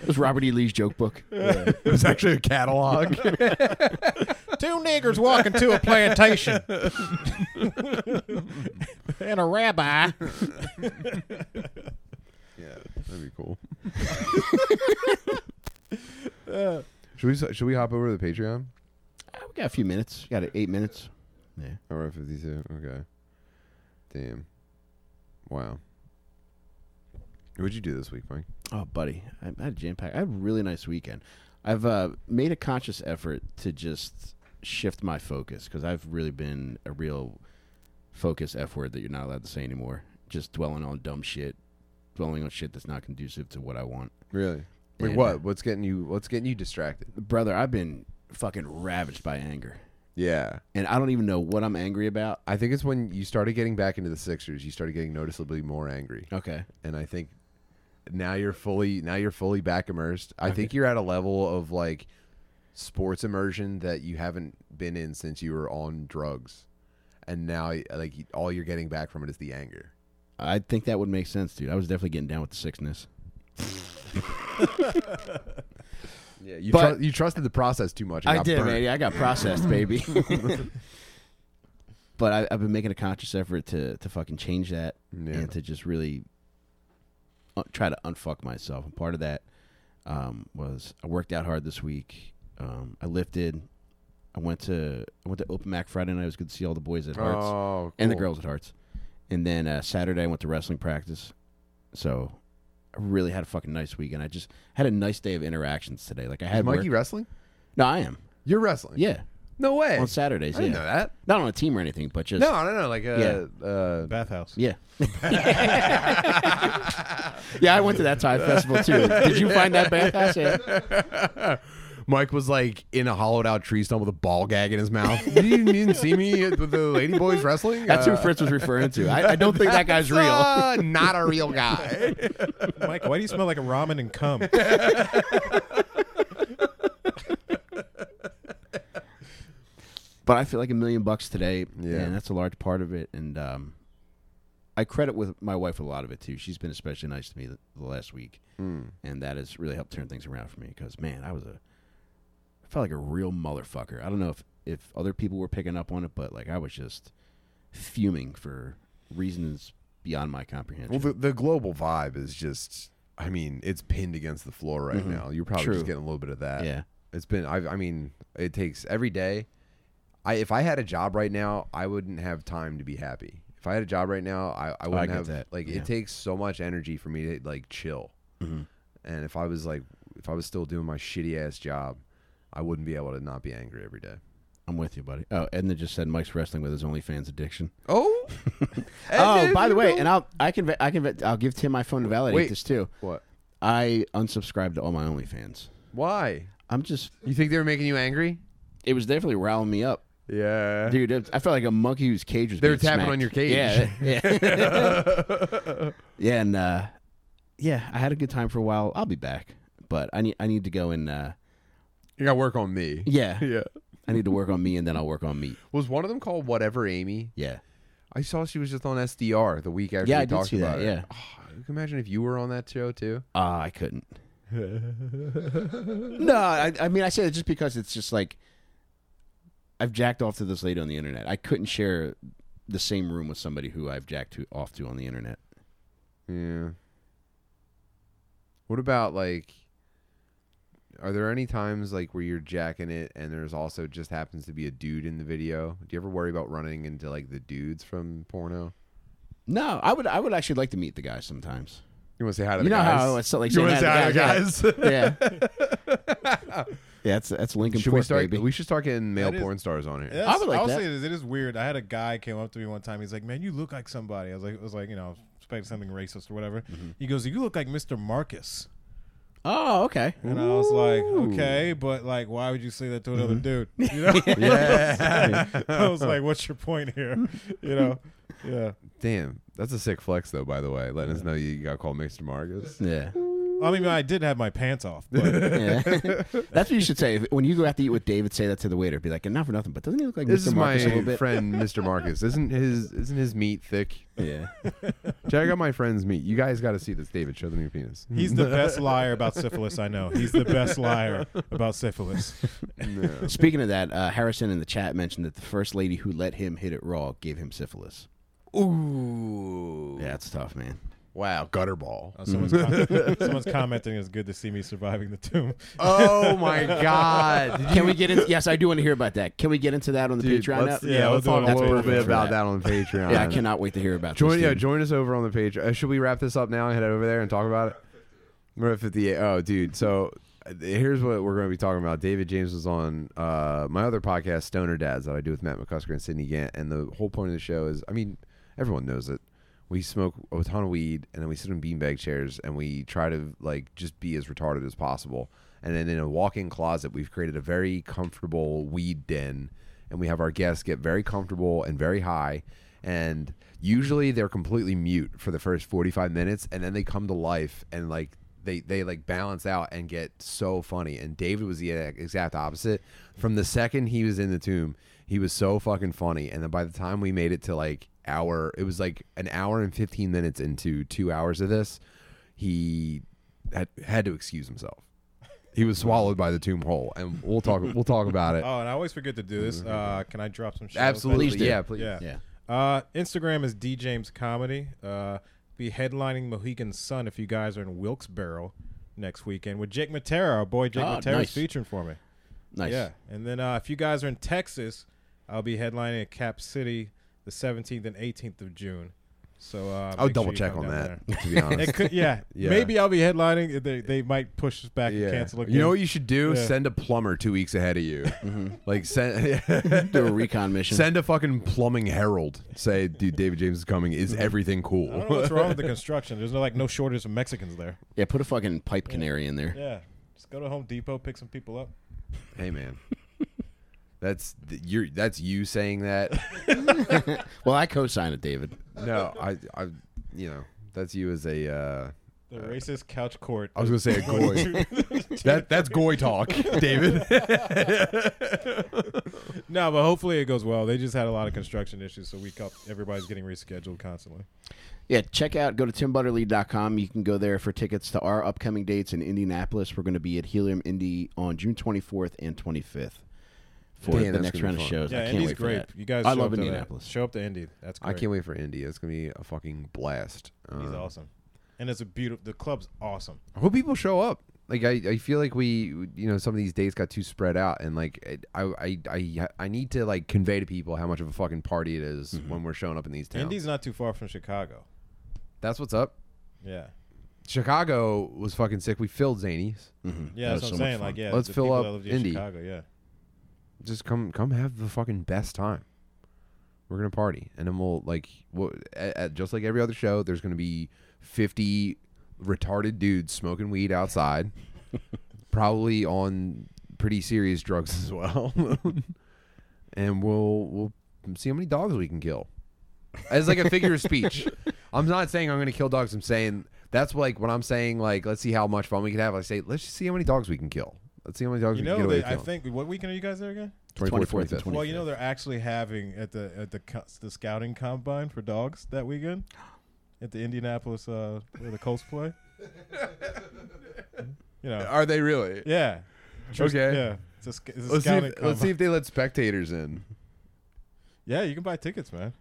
Speaker 2: it was Robert E. Lee's joke book.
Speaker 1: It was actually a catalog.
Speaker 3: Two niggers walk into a plantation, and a rabbi.
Speaker 1: Yeah, that'd be cool. should we should we hop over to the Patreon?
Speaker 2: Ah, we got a few minutes. We got eight minutes. Yeah.
Speaker 1: Hour fifty two. Okay. Damn. Wow. What'd you do this week, Mike?
Speaker 2: Oh, buddy, I I had a jam pack. I had a really nice weekend. I've uh, made a conscious effort to just shift my focus because I've really been a real focus F word that you're not allowed to say anymore. Just dwelling on dumb shit, dwelling on shit that's not conducive to what I want.
Speaker 1: Really? Like
Speaker 2: Yeah.
Speaker 1: what? What's getting you? What's getting you distracted?
Speaker 2: Brother, I've been fucking ravaged by anger,
Speaker 1: Yeah,
Speaker 2: and I don't even know what I'm angry about.
Speaker 1: I think it's when you started getting back into the Sixers, you started getting noticeably more angry,
Speaker 2: Okay,
Speaker 1: and I think now you're fully now you're fully back immersed. I think you're at a level of like sports immersion that you haven't been in since you were on drugs, and now like all you're getting back from it is the anger.
Speaker 2: I think that would make sense, dude. I was definitely getting down with the sickness.
Speaker 1: Yeah, you
Speaker 2: But-
Speaker 1: tru- you trusted the process too much. and
Speaker 2: I
Speaker 1: got
Speaker 2: did,
Speaker 1: burnt.
Speaker 2: baby. I got processed, baby. but I, I've been making a conscious effort to to fucking change that
Speaker 1: Yeah.
Speaker 2: and to just really uh, try to unfuck myself. And part of that um, was I worked out hard this week. Um, I lifted. I went to I went to open mac Friday night. It was good to see all the boys at Hearts
Speaker 1: Oh,
Speaker 2: and the
Speaker 1: cool.
Speaker 2: girls at Hearts. And then uh, Saturday I went to wrestling practice. So I really had a fucking nice weekend. I just had a nice day of interactions today. Like I
Speaker 1: Is
Speaker 2: had
Speaker 1: Mikey
Speaker 2: work-
Speaker 1: wrestling?
Speaker 2: No, I am.
Speaker 1: You're wrestling?
Speaker 2: Yeah.
Speaker 1: No way.
Speaker 2: On
Speaker 1: I
Speaker 2: Saturdays,
Speaker 1: didn't know
Speaker 2: yeah.
Speaker 1: that.
Speaker 2: Not on a team or anything, but just
Speaker 1: No, I don't know. Like uh, uh,
Speaker 3: Bathhouse.
Speaker 2: yeah. yeah, I went to that Thai festival too. Did you find that bathhouse? Yeah.
Speaker 1: Mike was like in a hollowed out tree stump with a ball gag in his mouth. you didn't even see me at the, the Lady Boys wrestling?
Speaker 2: That's who
Speaker 1: Uh,
Speaker 2: Fritz was referring to. I, I don't think that guy's real.
Speaker 1: uh, not a real guy.
Speaker 3: Mike, why do you smell like a ramen and cum?
Speaker 2: But I feel like a million bucks today.
Speaker 1: Yeah.
Speaker 2: And that's a large part of it. And um, I credit with my wife a lot of it too. She's been especially nice to me the, the last week.
Speaker 1: Hmm.
Speaker 2: And that has really helped turn things around for me because, man, I was a. I felt like a real motherfucker. I don't know if, if other people were picking up on it, but like I was just fuming for reasons beyond my comprehension.
Speaker 1: Well, the, the global vibe is just. I mean, it's pinned against the floor right now. You're probably
Speaker 2: True.
Speaker 1: just getting a little bit of that.
Speaker 2: yeah.
Speaker 1: It's been. I, I mean, it takes every day. I if I had a job right now, I wouldn't have time to be happy. If I had a job right now, I, I wouldn't
Speaker 2: Oh, get
Speaker 1: have
Speaker 2: that.
Speaker 1: like
Speaker 2: Yeah. Mm-hmm.
Speaker 1: it takes so much energy for me to like chill. And if I was like if I was still doing my shitty ass job, I wouldn't be able to not be angry every day.
Speaker 2: I'm with you, buddy. Oh, Edna just said Mike's wrestling with his OnlyFans addiction.
Speaker 1: Oh.
Speaker 2: oh, by the way, and I'll I can I can I'll give Tim my phone to validate
Speaker 1: Wait.
Speaker 2: this too.
Speaker 1: what?
Speaker 2: I unsubscribed to all my OnlyFans.
Speaker 1: Why?
Speaker 2: I'm just
Speaker 1: You think they were making you angry?
Speaker 2: it was definitely riling me up,
Speaker 1: Yeah.
Speaker 2: dude. It, I felt like a monkey whose cage was.
Speaker 1: They were
Speaker 2: being
Speaker 1: tapping
Speaker 2: smacked.
Speaker 1: on your cage.
Speaker 2: Yeah, yeah, yeah, and uh, yeah. I had a good time for a while. I'll be back, but I need I need to go and uh,
Speaker 1: You got to work on me.
Speaker 2: yeah,
Speaker 1: Yeah.
Speaker 2: I need to work on me, and then I'll work on me.
Speaker 1: Was one of them called whatever Amy?
Speaker 2: Yeah,
Speaker 1: I saw she was just on SDR the week after
Speaker 2: Yeah,
Speaker 1: we
Speaker 2: I did
Speaker 1: talked
Speaker 2: see that,
Speaker 1: about it.
Speaker 2: yeah.
Speaker 1: Oh, you can imagine if you were on that show too.
Speaker 2: uh, I couldn't. no, I, I mean I say that just because it's just like I've jacked off to this lady on the internet. I couldn't share the same room with somebody who I've jacked to, off to on the internet.
Speaker 1: Yeah. What about like are there any times like where you're jacking it and there's also just happens to be a dude in the video? Do you ever worry about running into like the dudes from porno?
Speaker 2: No, I would I would actually like to meet the guy sometimes.
Speaker 1: You want to say hi to
Speaker 2: you
Speaker 1: the
Speaker 2: know
Speaker 1: guys?
Speaker 2: how it's so, like
Speaker 1: you
Speaker 2: saying
Speaker 1: want to say
Speaker 2: hi
Speaker 1: hi
Speaker 2: to
Speaker 1: to the guys?
Speaker 2: the guys, yeah. yeah, that's that's Lincoln
Speaker 1: should
Speaker 2: Park,
Speaker 1: we start?
Speaker 2: baby.
Speaker 1: We should start getting male
Speaker 3: That is-
Speaker 1: porn stars on here.
Speaker 2: I would like
Speaker 3: will
Speaker 2: that.
Speaker 3: say this. It is weird. I had a guy came up to me one time. He's like, "Man, you look like somebody." I was like, "It was like you know, expecting something racist or whatever."
Speaker 2: Mm-hmm.
Speaker 3: He goes, "You look like Mr. Marcus,"
Speaker 2: oh, okay.
Speaker 3: and I was like, "Okay, but like, why would you say that to another
Speaker 2: Mm-hmm.
Speaker 3: dude?" You know?
Speaker 1: Yeah.
Speaker 3: I was like, "What's your point here?" You know? Yeah.
Speaker 1: Damn, that's a sick flex though. By the way, letting us know you got called Mr. Marcus.
Speaker 2: Yeah.
Speaker 3: I mean, I did have my pants off, but
Speaker 2: yeah. that's what you should say. If- When you go out to eat with David, say that to the waiter. Be like, and not for nothing, but doesn't he look like
Speaker 1: This
Speaker 2: Mr.
Speaker 1: is
Speaker 2: Marcus a little
Speaker 1: my
Speaker 2: bit?
Speaker 1: friend, Mr. Marcus. Isn't his isn't his meat thick?
Speaker 2: Yeah.
Speaker 1: Check out my friend's meat. You guys got to see this, David. Show them your penis. Hmm.
Speaker 3: he's the best liar about syphilis I know. He's the best liar about syphilis.
Speaker 2: Speaking of that, uh, Harrison in the chat mentioned that the first lady who let him hit it raw gave him syphilis.
Speaker 1: Ooh.
Speaker 2: Yeah, that's tough, man.
Speaker 1: Wow. Gutter ball.
Speaker 3: Oh, someone's, com- someone's commenting. It's good to see me surviving the tomb.
Speaker 1: Oh my God. Did you-
Speaker 2: Can we get in? Yes, I do want to hear about that. Can we get into that on the
Speaker 1: Dude,
Speaker 2: Patreon?
Speaker 1: let's-
Speaker 2: now?
Speaker 1: yeah,
Speaker 3: Yeah,
Speaker 1: let's talk
Speaker 3: we'll do
Speaker 1: a
Speaker 3: it on
Speaker 1: little
Speaker 2: Patreon
Speaker 1: bit
Speaker 2: for
Speaker 1: about
Speaker 2: that.
Speaker 1: that on Patreon.
Speaker 2: Yeah, I cannot wait to hear about
Speaker 1: Join,
Speaker 2: this.
Speaker 1: yeah,
Speaker 2: dude.
Speaker 1: join us over on the page. Uh, should we wrap this up now and head over there and talk about it? We're at 58. Oh, dude. So uh, here's what we're going to be talking about. David James was on uh, my other podcast, Stoner Dads, that I do with Matt McCusker and Sydney Gant. And the whole point of the show is, I mean, everyone knows it. We smoke a ton of weed and then we sit in beanbag chairs and we try to like just be as retarded as possible. And then in a walk-in closet, we've created a very comfortable weed den and we have our guests get very comfortable and very high and usually they're completely mute for the first 45 minutes and then they come to life and like they they like balance out and get so funny. And David was the exact opposite. From the second he was in the tomb, he was so fucking funny. And then by the time we made it to like hour, it was like an hour and fifteen minutes into two hours of this, he had had to excuse himself. He was swallowed by the tomb hole, and we'll talk. We'll talk about it.
Speaker 3: Oh, and I always forget to do this. Uh, can I drop some? shout-outs?
Speaker 1: Mm-hmm. Absolutely,
Speaker 2: Please do.
Speaker 1: yeah, please.
Speaker 3: Yeah.
Speaker 2: Yeah.
Speaker 3: Uh, Instagram is D James Comedy. Uh, be headlining Mohegan Sun if you guys are in Wilkes-Barre next weekend with Jake Matera. Our boy Jake
Speaker 1: Ah,
Speaker 2: Oh,
Speaker 3: Matera's
Speaker 2: nice.
Speaker 3: featuring for me.
Speaker 2: Nice.
Speaker 3: Yeah. And then uh, if you guys are in Texas, I'll be headlining at Cap City the 17th and 18th of June. So uh,
Speaker 1: I would
Speaker 3: make sure
Speaker 1: double
Speaker 3: you
Speaker 1: check
Speaker 3: come
Speaker 1: on
Speaker 3: down
Speaker 1: that.
Speaker 3: there.
Speaker 1: To be honest,
Speaker 3: It could, yeah.
Speaker 1: Yeah.
Speaker 3: Maybe I'll be headlining. They, they might push us back and cancel again.
Speaker 1: You know what you should do?
Speaker 3: Yeah. Mm-hmm.
Speaker 1: Send a plumber two weeks ahead of you. Like send
Speaker 2: Do a recon mission.
Speaker 1: send a fucking plumbing herald. Say, dude, David James is coming. Is everything
Speaker 3: I don't
Speaker 1: cool?
Speaker 3: know what's wrong with the construction. There's no like no shortage of Mexicans there.
Speaker 2: yeah, put a fucking pipe canary in there.
Speaker 3: Yeah. Just go to Home Depot, pick some people up.
Speaker 1: hey man, that's th- you're that's you saying that.
Speaker 2: Well, I co-sign it, David.
Speaker 1: No, I I you know that's you as a. Uh,
Speaker 3: The racist couch court.
Speaker 1: I was gonna say a goy. that that's goy talk, David.
Speaker 3: no, but hopefully it goes well. They just had a lot of construction issues, so we kept everybody's getting rescheduled constantly.
Speaker 2: Yeah, check out, go to timbutterly.com. You can go there for tickets to our upcoming dates in Indianapolis. We're going to be at Helium Indy on June 24th and 25th for
Speaker 1: Damn,
Speaker 2: the
Speaker 1: that's
Speaker 2: next
Speaker 1: gonna
Speaker 2: round
Speaker 1: be fun.
Speaker 2: of shows. I
Speaker 3: Yeah,
Speaker 2: can't
Speaker 3: Indy's
Speaker 2: wait for
Speaker 3: great.
Speaker 2: that.
Speaker 3: You guys,
Speaker 2: I
Speaker 3: show
Speaker 2: love
Speaker 3: up to that.
Speaker 2: Indianapolis.
Speaker 3: Show up to Indy. That's great.
Speaker 1: I can't wait for Indy. It's gonna be a fucking blast.
Speaker 3: He's
Speaker 1: Um,
Speaker 3: awesome, and it's a beautiful. The club's awesome.
Speaker 1: I hope people show up. Like I, I feel like we, you know, some of these dates got too spread out, and like it- I, I, I, I need to like convey to people how much of a fucking party it is when we're showing up in these towns.
Speaker 3: Indy's not too far from Chicago.
Speaker 1: That's what's up.
Speaker 3: Yeah,
Speaker 1: Chicago was fucking sick. We filled Zanies.
Speaker 3: yeah.
Speaker 2: Mm-hmm. That was
Speaker 3: That's what I'm
Speaker 2: so much
Speaker 3: saying.
Speaker 2: fun.
Speaker 3: Like, yeah,
Speaker 1: Let's
Speaker 3: the
Speaker 1: fill
Speaker 3: people
Speaker 1: up
Speaker 3: that lived in
Speaker 1: Indy.
Speaker 3: Chicago. Yeah,
Speaker 1: Just come, come have the fucking best time. We're gonna party, and then we'll like, we'll, at, at- just like every other show, there's gonna be fifty retarded dudes smoking weed outside, probably on pretty serious drugs as well. and we'll we'll see how many dogs we can kill. As like a figure of speech. I'm not saying I'm gonna kill dogs. I'm saying that's like when I'm saying like let's see how much fun we can have. I say let's just see how many dogs we can kill. Let's see how many dogs
Speaker 3: you
Speaker 1: we can
Speaker 3: know,
Speaker 1: get away
Speaker 3: they,
Speaker 1: with
Speaker 3: I
Speaker 1: killing.
Speaker 3: think what weekend are you guys there again?
Speaker 1: 24th,
Speaker 2: 24th,
Speaker 1: 25th.
Speaker 3: Well, you know
Speaker 2: 25th.
Speaker 3: they're actually having at the at the co- the scouting combine for dogs that weekend at the Indianapolis uh, where the Colts play. you know,
Speaker 1: Are they really?
Speaker 3: yeah. True-
Speaker 1: Okay.
Speaker 3: Yeah. It's a, sc- it's a
Speaker 1: Let's see,
Speaker 3: scouting
Speaker 1: if,
Speaker 3: combine.
Speaker 1: let's see if they let spectators in.
Speaker 3: Yeah, you can buy tickets, man.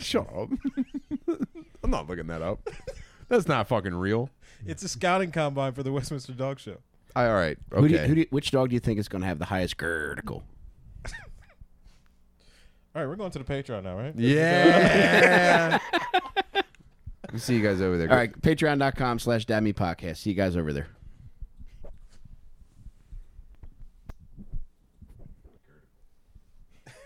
Speaker 1: Shut up. I'm not looking that up. That's not fucking real.
Speaker 3: It's a scouting combine for the Westminster Dog Show.
Speaker 1: I, all right. Okay.
Speaker 2: Who do you, who do you- which dog do you think is going to have the highest vertical?
Speaker 3: All right, we're going to the Patreon now, right?
Speaker 1: yeah. see you guys over there.
Speaker 2: Uh, All right, patreon.com slash Dad Me Podcast. See you guys over there.